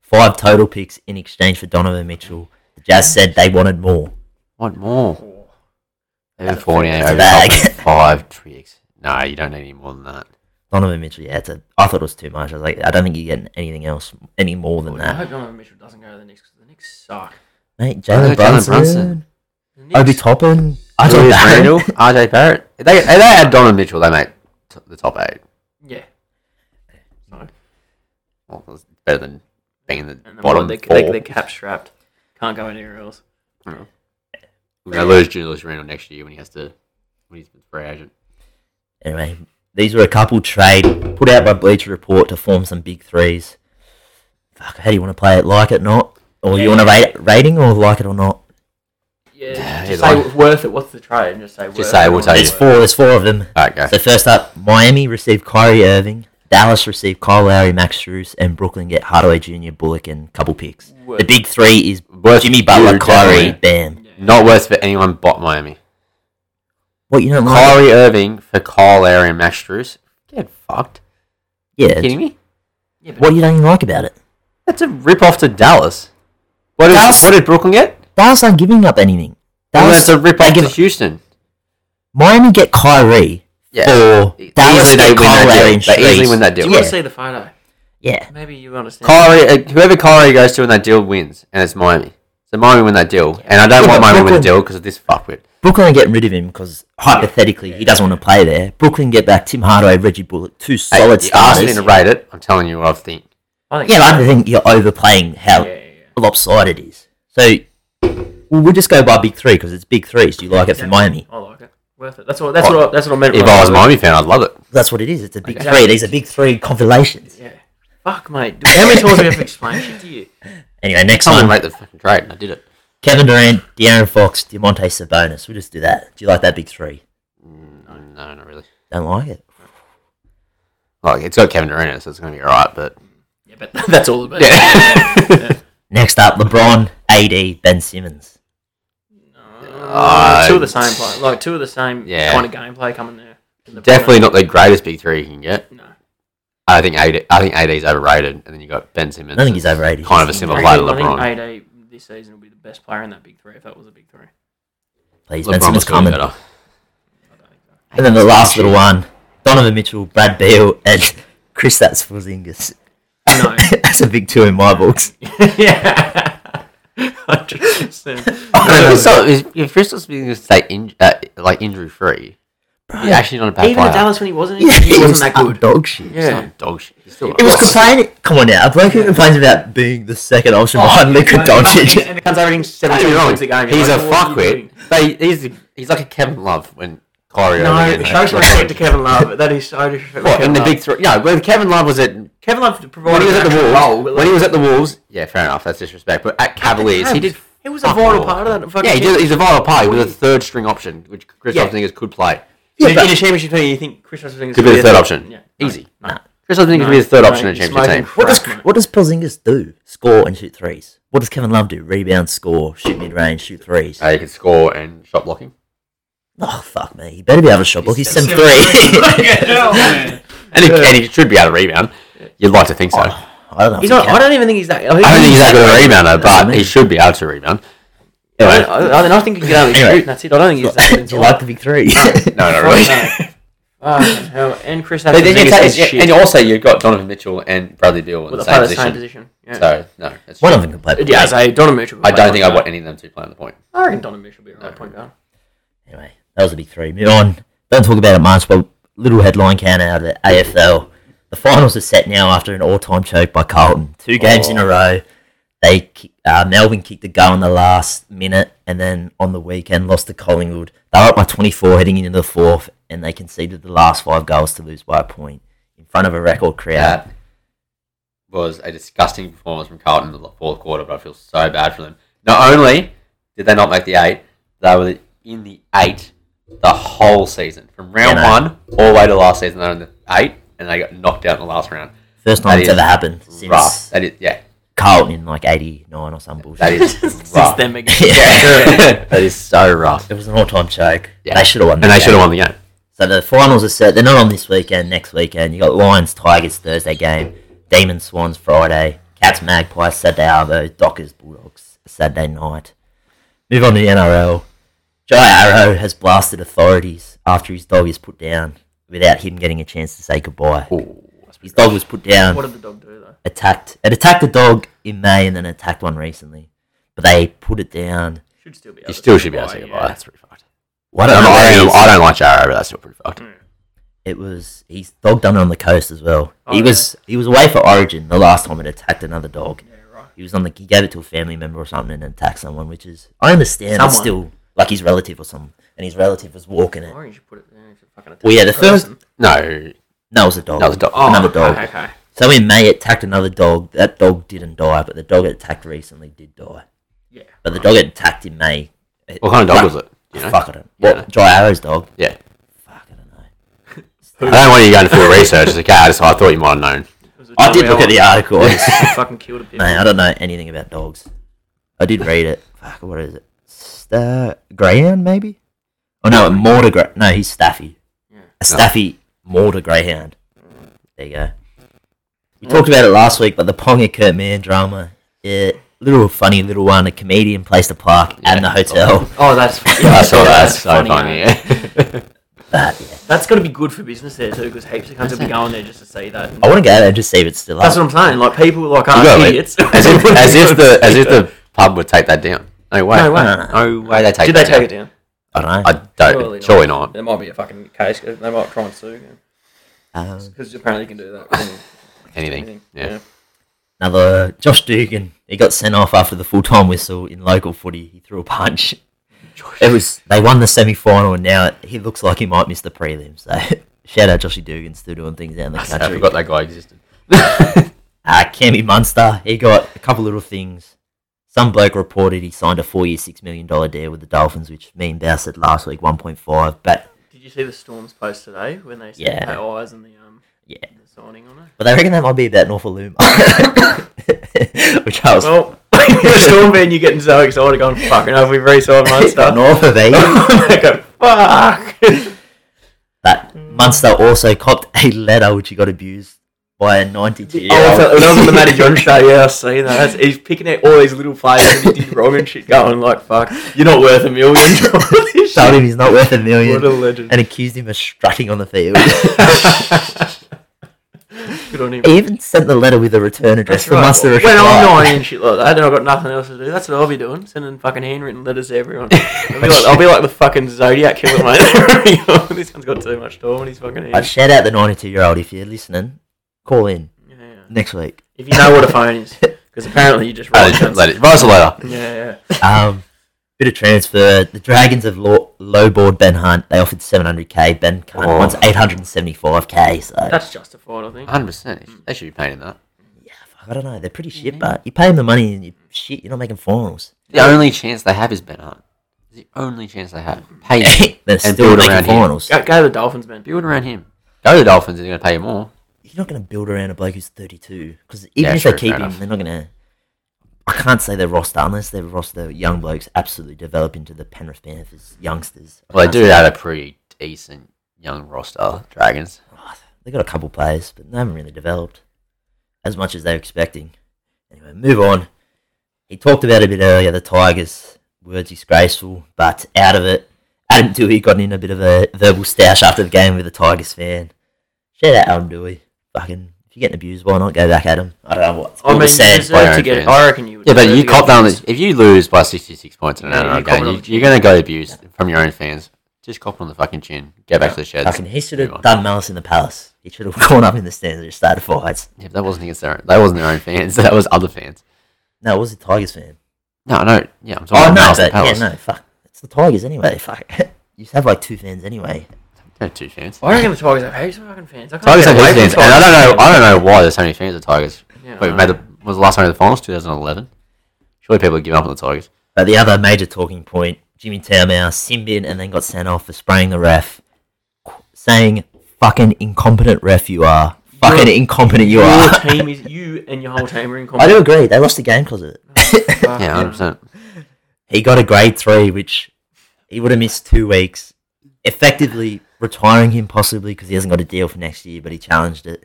five total picks in exchange for Donovan Mitchell. The Jazz said they wanted more. Want more? Oh, Even forty-eight That's a over bag. top five tricks. No, you don't need any more than that. Donovan Mitchell, yeah, it's a, I thought it was too much. I was like, I don't think you get anything else any more Oh, than I that. hope Donovan Mitchell doesn't go to the Knicks because the Knicks suck. Mate, Oh, Jalen Jalen Brunson, Brunson. The Knicks, Obi Toppin, I don't Julius Randle, know. RJ Barrett. If they if they had Donovan Mitchell. They make t- the top eight. yeah. So, Well, it's better than being in the and then bottom they, four. they, they're cap strapped. Can't go anywhere else. We're gonna lose Julius Randle next year when he has to when he's a free agent. Anyway, these were a couple trade put out by Bleacher Report to form some big threes. Fuck, how do you want to play it? Like it, not? Or you want to rate rating or like it or not? Yeah, either just say one. worth it. What's the trade? And just say worth say it we'll or take it. not There's worth four. There's four of them. All right, go. So first up, Miami received Kyrie Irving. Dallas received Kyle Lowry, Max Struess, and Brooklyn get Hardaway Jr., Bullock, and a couple picks. The Worth- big three is Worth Jimmy you, Butler, Kyrie, definitely. Bam. Not worth for anyone but Miami. What you don't like? Kyrie Irving for Kyle Lowry and Max Strus. Get fucked. Yeah. kidding me? Yeah, but What you don't even like about it? That's a rip off to Dallas. What did, Dallas- what did Brooklyn get? Dallas aren't giving up anything. Well, Dallas, that's a rip they off give to Houston. Miami get Kyrie. Or E- Dallas get easily they Kyle win that Lowry deal. and They easily Streets. win that Do deal. you Yeah. want to see the photo? Yeah. Maybe you understand. Kyrie, uh, whoever Kyrie goes to in that deal wins, and it's Miami. So Miami win that deal, and I don't Yeah, but want Miami to win the Brooklyn- deal because of this fuckwit. Brooklyn are getting rid of him because hypothetically he doesn't want to play there. Brooklyn get back Tim Hardaway, Reggie Bullock, two Hey, solid you asked me starters. to rate it. I'm telling you what I think. I think Yeah, but I think you're overplaying how Yeah, yeah, yeah. lopsided it is. So well, we'll just go by big three because it's big three. So you like it for Yeah. Miami? I like it. Oh, Worth it. That's what. That's what. I, that's what I meant. If when I was a said- Miami fan, I'd love it. That's what it is. It's a big Okay. three. These are big three compilations. Yeah. Fuck, mate. Dude, How many times do we have to explain shit to you? Anyway, next Someone one: make the fucking trade, and I did it. Kevin Durant, De'Aaron Fox, Demonte Sabonis. We'll just do that. Do you like that big three? No, no, not really. Don't like it. Like it's got Kevin Durant, in it, so it's gonna be all right. But Yeah, but that's all about. yeah, Next up, LeBron, AD, Ben Simmons. Uh, two of the same play, like two of the same Yeah. kind of gameplay coming there. In the definitely not the greatest big three you can get. No. I think AD, I think AD's overrated, and then you got Ben Simmons. I don't think he's overrated. kind of a similar I player to think- LeBron. I think AD this season will be the best player in that big three if that was a big three. Please, Ben LeBron Simmons was coming coming. better. I don't think so. And then the last little one: Donovan Mitchell, Brad Beal, and Chris That's Porzingis. No. That's a big two in my books. yeah. Hundred percent. so is, if Bristol's being to stay in, uh, like injury free, he's actually not a bad Even player. at Dallas when he wasn't, Yeah, it he wasn't was that a good. Dog shit. He's Yeah. not dog shit. He's still It was complaining. Come on now, a bloke who complains about being the second option behind Luka Doncic. And it comes averaging Don't seventeen get me wrong, points a game. He's a You're like, what are you fuckwit, doing? but he- he's he's like a Kevin Love when Kyrie. No, Irving and show some LeBron- respect to Kevin Love. That is so disrespectful. What, in the Kevin big Love. three? No, when Kevin Love was at Kevin Love when provided he was at the actual Wolves. role, but when he like- was at the Wolves, yeah, fair enough. That's disrespect. But at Cavaliers, he did. He was a fuck vital all. part of that fucking Yeah, he team. did, he's a vital part. He was a third string option, which Chris Yeah. Porzingis could play. Yeah, in, but- in a championship team, you think Chris Russell Could be the third option. Yeah, Easy. No, no, Chris Porzingis no, could be the third no, option in a you're championship smoking team. What does crack, mate. what does Porzingis do? Score and shoot threes. What does Kevin Love do? Rebound, score, shoot mid range, shoot threes. Uh, he could score and shot blocking. Oh fuck me, he better be able to shot block. He's seven three. And he, and he should be able to rebound. You'd like to think so. I don't know. if He's he not, can. I don't even think he's that. I don't think he's that good a rebounder, what I but he mean. should be able to rebound. I, Anyway, don't- I, I, don't think he can only Anyway. shoot. That's it. I don't think he's that good. do you like the big three? no, not really. Fucking hell. And Chris But Evans then you is take, shit. and also you've got Donovan Mitchell and Bradley Beal in Well, the they same play the same position. position. Yeah. So no, that's One true. of them can play. point Yeah, guard. so Donovan Mitchell. I don't think I want any of them to play on the point. I reckon Donovan Mitchell will be a right No. point guard. Anyway, that was a big three. Move on. Don't talk about it much, but little headline count out of the AFL. The finals are set now after an all-time choke by Carlton. Two games Oh. in a row. They ki- uh, Melbourne kicked a goal in the last minute, and then on the weekend lost to Collingwood. They were up by 24 heading into the fourth, and they conceded the last five goals to lose by a point in front of a record crowd. That was a disgusting performance from Carlton in the fourth quarter, but I feel so bad for them. Not only did they not make the eight, they were in the eight the whole season. From round Yeah, one all the way to last season, they were in the eight, and they got knocked out in the last round. First time that it's is ever happened since Rough. That is, yeah, Carlton in like '89 or some bullshit. that is Since rough. them again. Yeah. that is so rough. It was an all-time choke. Yeah. They should have won. And they should have won the game. So the finals are set. They're not on this weekend. Next weekend, you got Lions Tigers Thursday game, Demon Swans Friday, Cats Magpies Saturday arvo, Dockers Bulldogs Saturday night. Move on to the NRL. Jai Arrow has blasted authorities after his dog is put down without him getting a chance to say goodbye. His dog was put down What did the dog do though? attacked. It attacked a dog in May and then attacked one recently. But they put it down. Should still be. You able still to should be able to say Oh, yeah. goodbye. That's pretty fucked. Well, I don't, know, where I, he don't, is. I don't like Jarrow, but that's still pretty fucked. It was his dog done it on the coast as well. Oh, he yeah. was he was away for Origin the last time it attacked another dog. Yeah, right. He was on the he gave it to a family member or something and attacked someone, which is I understand it's Someone? still like his relative or something, and his relative was walking it. Why don't you put it there if you fucking attack Well, yeah, the a first person? No, no, it was a dog. That was a dog. Oh, Another dog. Okay, okay. So in May it attacked another dog. That dog didn't die, but the dog it attacked recently did die. Yeah. But the dog it attacked in May. it- what kind of dog Right. was it? You know? Fuck I don't. Yeah. What dry arrows dog? Yeah. Fuck I don't know. I don't want you going to full research as a cat, so I thought you might have known. It was a I did dog look at the article. Mate, hour. fucking killed a people. I don't know anything about dogs. I did read it. Fuck, what is it? Sta- Greyhound maybe? Oh no, Mortar Grey. No, he's Staffy. Yeah. A Staffy Mortar Greyhound. There you go. We talked about it last week, but the Ponga Kurt Mann drama. Yeah, little funny little one. A comedian placed a plaque at the hotel. Oh, that's I yeah, saw that. That's so funny. mate. yeah. But, yeah. That's got to be good for business there too, because heaps of cunts will be going there just to see that. I want to go there and just see if it's still That's up. what I'm saying. Like people like You got aren't it. idiots. as if, as if the as if the pub would take that down. No way. No way. No, no, no. No way they take. Did they that take it down? I don't know. I don't. Surely Surely not. not. There might be a fucking case. 'cause They might try and sue Um, because apparently you can do that. with Anything. anything. Yeah. Another Josh Dugan. He got sent off after the full time whistle in local footy. He threw a punch. It was they won the semi final, and now he looks like he might miss the prelims. So shout out Joshy Dugan, still doing things out in the I country. forgot that guy existed. Uh, Cammy Munster, he got a couple little things. Some bloke reported he signed a four-year, six million dollar deal with the Dolphins, which me and Bow said last week, one point five. But Did you see the Storms post today when they said Yeah. their eyes and the um Yeah. the signing on it? but they reckon that might be about North Aluma, which I was Well, the Storm fan, you're getting so excited, going fucking hell, we've re-signed Munster. north of Eden. I go, fuck. But Munster also copped a letter which he got abused by a ninety-two-year-old. Oh, that was on the Matty John show. Yeah, I see that. That's, he's picking out all these little players that he did wrong and shit, going like, "Fuck, you're not worth a million. All this told shit. him he's not worth a What a million, legend. and accused him of strutting on the field. Good on him. he even sent the letter with a return address That's for right. Munster. to When I'm reply. 90 and shit like that, and I've got nothing else to do, that's what I'll be doing. Sending fucking handwritten letters to everyone. I'll be like, I'll be like the fucking Zodiac killer, mate. this one's got too much time in his fucking I'd hand. shout out the 92 year old if you're listening. Call in Yeah, yeah. next week. If you know what a phone is, because apparently you just write it. Let it rise a letter. Yeah, Um, bit of transfer. The Dragons have low, lowballed Ben Hunt. They offered 700k. Ben Hunt Oh. wants 875k. So yeah. That's justified, I think. 100%. They should be paying him that. fuck, I don't know. They're pretty Mm-hmm. shit, but you pay them the money and you shit. You're not making finals. The only chance they have is Ben Hunt. The only chance they have. Pay him. They're and still build making around him. finals. Go, go to the Dolphins, man. Build around him. Go to the Dolphins and they're going to pay you more. You're not going to build around a bloke who's 32 because even Yeah, if sure, they keep fair him, enough. they're not going to. I can't say their roster unless their roster young blokes absolutely develop into the Penrith Panthers youngsters. I Well, they can't do have a pretty decent young roster, Dragons. Oh, they got a couple players, but they haven't really developed as much as they were expecting. Anyway, move on. He talked about it a bit earlier the Tigers were disgraceful, but out of it, Adam Dewey got in a bit of a verbal stoush after the game with a Tigers fan. Shout out Adam Dewey. Fucking, if you're getting abused, why not go back at him? I don't know what. I what mean, was you said. deserve to get. I reckon you. would Yeah, but deserve you to get cop down. abused. If you lose by 66 points in an Yeah, hour you cop it on game, the you, chin. you're going to go abused from your own fans. Just cop it on the fucking chin. Get back to the sheds. Fucking, he should Move have on. done malice in the palace. He should have gone up in the stands and just started fights. Yeah, but that wasn't against their own. That wasn't their own fans. That was other fans. No, it was a Tigers fan. No, I know. Yeah, I'm talking Oh, about no, Miles and but, yeah, Palace. no, fuck. It's the Tigers anyway. Fuck. you have like two fans anyway. They had two fans. I reckon the Tigers have heaps of fucking fans. I can't Tigers get have away heaps of from fans, and I don't know. Tigers I don't know why there's so many fans of Tigers. Yeah, Wait, I we made the, was the last time of the finals 2011. Surely people have given up on the Tigers. But the other major talking point, Jimmy Taumau, Simbin, and then got sent off for spraying the ref, qu- saying, fucking incompetent ref you are. Fucking You're- incompetent you Your are. team is you and your whole team are in I do competition. agree. They lost the game because of it. Yeah, 100. percent He got a grade three, which he would have missed two weeks, effectively retiring him possibly because he hasn't got a deal for next year, but he challenged it.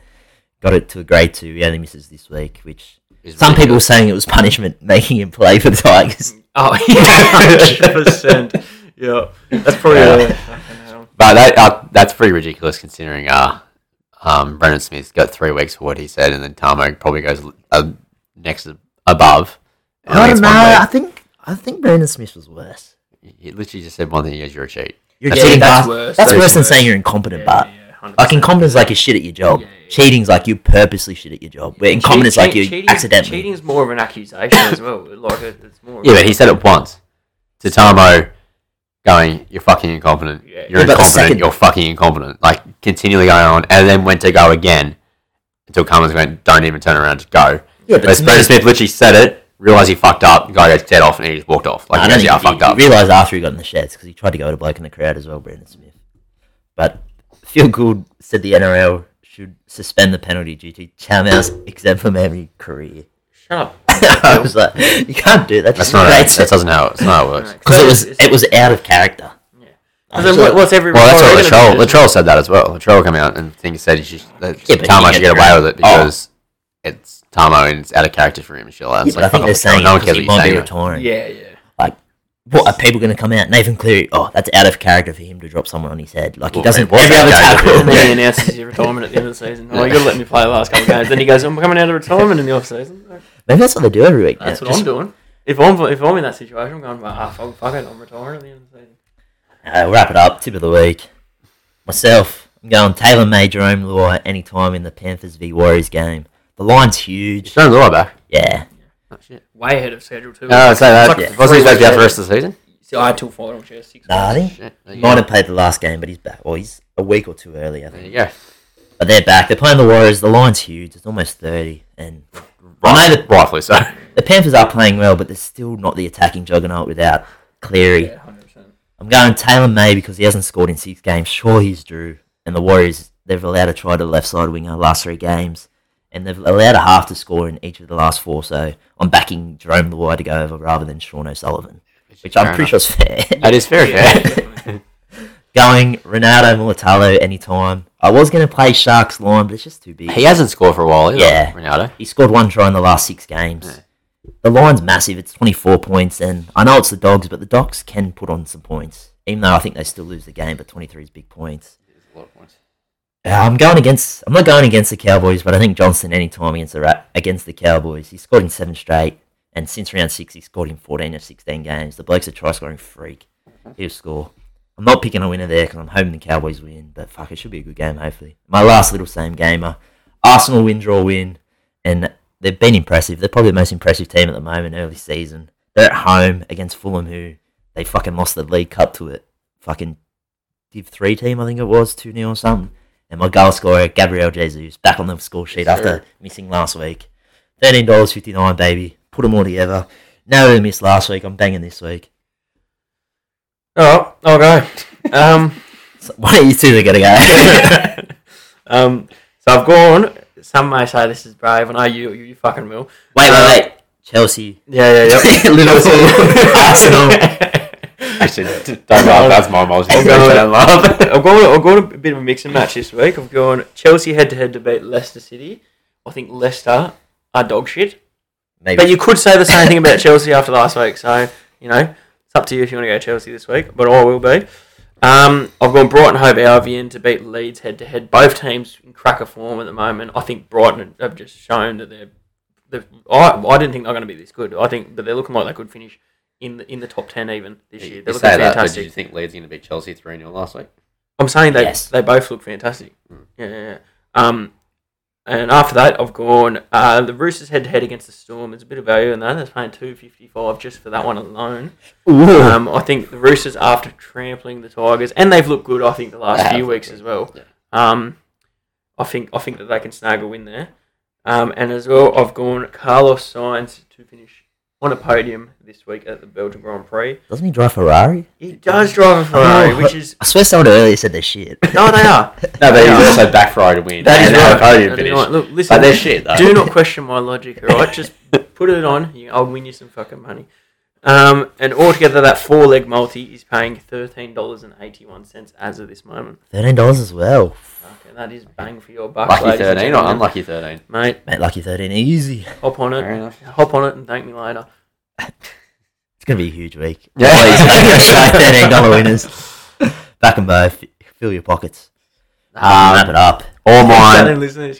Got it to a grade two. He only misses this week, which some people were saying it was punishment making him play for the Tigers. Oh, yeah, 100%. Yeah, that's probably. Yeah. Yeah. Fucking hell. But that uh, that's pretty ridiculous considering uh, um, Brendan Smith's got three weeks for what he said, and then Tamo probably goes uh, next above. And I it's don't know. one I week. think I think Brandon Smith was worse. He literally just said one thing: "Yes, you're a cheat." You're That's cheating. That's, it. That's worse. that's That's worse than worse. saying you're incompetent, but Yeah, yeah, like incompetence, like you shit at your job. Cheating's like you purposely shit at your job. Where incompetence, like you accidentally. Cheating is more of an accusation as well. Like it, it's more. of Yeah, a- but he said it once to Tamo, going, "You're fucking incompetent. Yeah. Yeah, You're but the incompetent. second- You're fucking incompetent." Like continually going on, and then went to go again until Cummins went, "Don't even turn around, just go." Yeah, But to me- Brendan Smith literally said it, realized he fucked up, the guy got dead off, and he just walked off. Like, I he don't goes, think yeah, I he did. fucked up. He realised after he got in the sheds because he tried to go at a bloke in the crowd as well, Brandon Smith. But Phil Gould said the NRL should suspend the penalty due to Chamau's exemplary career. Shut up. I was like, you can't do that. That's Just not how, creates that doesn't how that's not how it works. Right. because it was it was out of character. Yeah. I 'Cause then saw what, it. what's every? Well, that's what what are they gonna Latrell do? Latrell said that as well. Latrell came out and thing said he should, that Yeah, but Tamo he gets should get away around- with it because it's Tamo and it's out of character for him and shit. Like, that. Yeah, it's but I like, think fuck they're off, Latrell, saying no one because cares he what might be you're saying. retiring. Yeah, yeah. Like, what are people going to come out? Nathan Cleary. Oh, that's out of character for him to drop someone on his head. Like he Well, doesn't it was every out other of character tackle. for And then he Yeah. announces his retirement at the end of the season. Oh, you gotta let me play the last couple of games. Then he goes, "I'm coming out of retirement in the off season." Maybe that's what they do every week. That's now. what I'm doing. If I'm if I'm in that situation, I'm going, "Ah, fuck, fuck it, I'm retiring at the end of the season." Uh, we'll wrap it up. Tip of the week. Myself, I'm going Taylor May, Jerome Law anytime in the Panthers v Warriors game. The line's huge. Stone's all right back. Yeah. Oh, shit. Way ahead of schedule too. No, so that, Fuck, yeah. wasn't he supposed to be out for the rest of the season? so I had till final, which is six. Nah, I months. think Shit. There you might go. have played the last game, but he's back. Well, he's a week or two early, I There think. you go. But they're back. They're playing the Warriors. The line's huge. It's almost 30. And I know Right, that rightfully so. the Panthers are playing well, but they're still not the attacking juggernaut without Cleary. Yeah, hundred percent. I'm going Taylor May because he hasn't scored in six games. Sure, he's due. And the Warriors, they've allowed a try to the left side winger last three games. And they've allowed a half to score in each of the last four. So I'm backing Jerome Luai to go over rather than Sean O'Sullivan, which I'm Fair pretty sure is fair. That is fair, Yeah, yeah. definitely. going Ronaldo Mulatalo anytime. I was going to play Sharks line, but it's just too big. He hasn't scored for a while either, Yeah. Ronaldo. He scored one try in the last six games. The line's massive. It's 24 points, and I know it's the Dogs, but the Dogs can put on some points, even though I think they still lose the game. But 23 is big points. Uh, I'm going against. I'm not going against the Cowboys, but I think Johnson anytime against the Ra- against the Cowboys, he scored in seven straight, and since round six, he scored in 14 of 16 games. The bloke's a try-scoring freak. He'll score. I'm not picking a winner there because I'm hoping the Cowboys win, but fuck, it should be a good game. Hopefully, my last little same gamer, Arsenal win, draw, win, and they've been impressive. They're probably the most impressive team at the moment, early season. They're at home against Fulham, who they fucking lost the League Cup to it. Fucking Div 3 team, I think it was, 2 0 or something. And my goal scorer, Gabriel Jesus, back on the score sheet Yes, after sir. missing last week. $13.59, baby. Put them all together. No we missed last week. I'm banging this week. All right, I'll go. Um. So, why are you two going to go? um, so I've gone. Some may say this is brave, and I you you, you fucking will. wait, wait, wait. Chelsea. Yeah, yeah, yeah. Liverpool. Arsenal. Actually, don't laugh. That's my emotion. I'll go. I'll go. I'll go on a bit of a mix and match this week. I've gone Chelsea head to head to beat Leicester City. I think Leicester are dog shit, Maybe. but you could say the same thing about Chelsea after last week. So you know, it's up to you if you want to go Chelsea this week. But I will be. Um, I've gone Brighton Hove Albion to beat Leeds head to head. Both teams in cracker form at the moment. I think Brighton have just shown that they're. they're I, I didn't think they're going to be this good. I think that they're looking like they could finish in the in the top ten even this year. You They're looking say that, but fantastic. did you think Leeds going to beat Chelsea 3 0 last week? I'm saying they Yes. they both look fantastic. Mm. Yeah, yeah, yeah. Um, and after that, I've gone uh, the Roosters head to head against the Storm. There's a bit of value in that. They're paying two fifty five just for that one alone. Ooh. Um, I think the Roosters after trampling the Tigers, and they've looked good. I think the They last few have weeks looked as well. yeah. Um, I think I think that they can snag a win there. Um, and as well, I've gone Carlos Sainz to finish on a podium this week at the Belgian Grand Prix. Doesn't he drive Ferrari? He does drive a Ferrari, Oh, which is I swear someone earlier said they're shit. no, they are. No, but They he's are. also back for to win. That and is they had right. a podium That is finish. right. Look, listen. But they're shit, though. Do not question my logic, all right? Just put it on. You, I'll win you some fucking money. Um, and altogether, that four leg multi is paying thirteen dollars and eighty one cents as of this moment. Thirteen dollars as well, Fucking that is bang for your buck, Lucky ladies 13 and or gentlemen. unlucky 13? mate. mate. Lucky thirteen, easy. Hop on Fair it. enough. Hop on it and thank me later. It's gonna be a huge week. Yeah. Please, show thirteen dollar winners. Back and both. Fill your pockets. Um, wrap it up. All I mine, didn't listen to this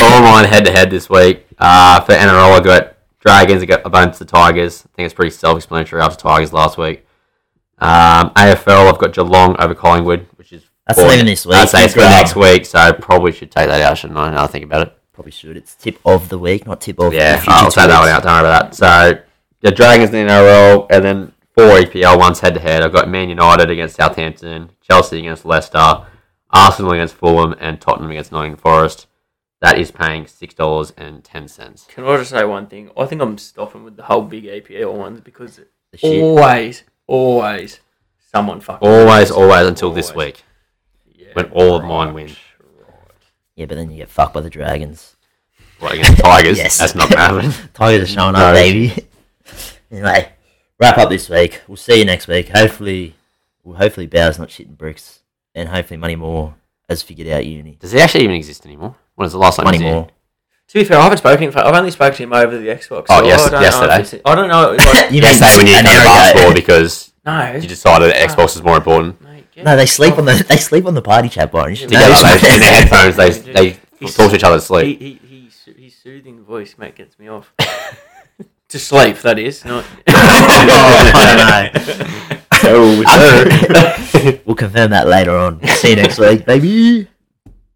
all mine head to head this week. Uh, for NRL, I got Dragons, I got a bunch of Tigers. I think it's pretty self explanatory after Tigers last week. Um, AFL, I've got Geelong over Collingwood, which is. That's four- not even this week. I'd say it's for Good next job. week, so I probably should take that out, shouldn't I? Now I think about it. Probably should. It's tip of the week, not tip of. Yeah, the future I'll take that one tweets. out. Don't worry about that. So the Dragons in the NRL, and then four EPL ones head to head. I've got Man United against Southampton, Chelsea against Leicester, Arsenal against Fulham, and Tottenham against Nottingham Forest. That is paying six dollars and ten cents. Can I just say one thing? I think I'm stopping with the whole big APL ones because The shit. always, always, someone fucking Always, always until this Always. week Yeah, when all of mine right, win. right. Yeah, but then you get fucked by the dragons. What against the Tigers? Yes. That's not gonna happen. Tigers are showing up, No. baby. anyway, wrap up this week. We'll see you next week. Hopefully, well, hopefully Bow's not shitting bricks, and hopefully Money Moore has figured out uni. Does it actually even exist anymore? When was the last time? Money it was Moore. To be fair, I haven't spoken to him. for- I've only spoken to him over the Xbox. Oh, so yes- I don't Know yesterday. if it's- I don't know. Like, You here? Yesterday when you an didn't hour play ago. basketball because no. you decided that Xbox is more important. Mate, get- No, they sleep on the they sleep on the party chat bar. And you should Yeah, know Together, that. they, in their headphones, they they He's- talk to each other to sleep. He, he, he, su- his soothing voice, mate, gets me off. to sleep, that is. Not... I Oh, we'll confirm that later on. See you next week, baby.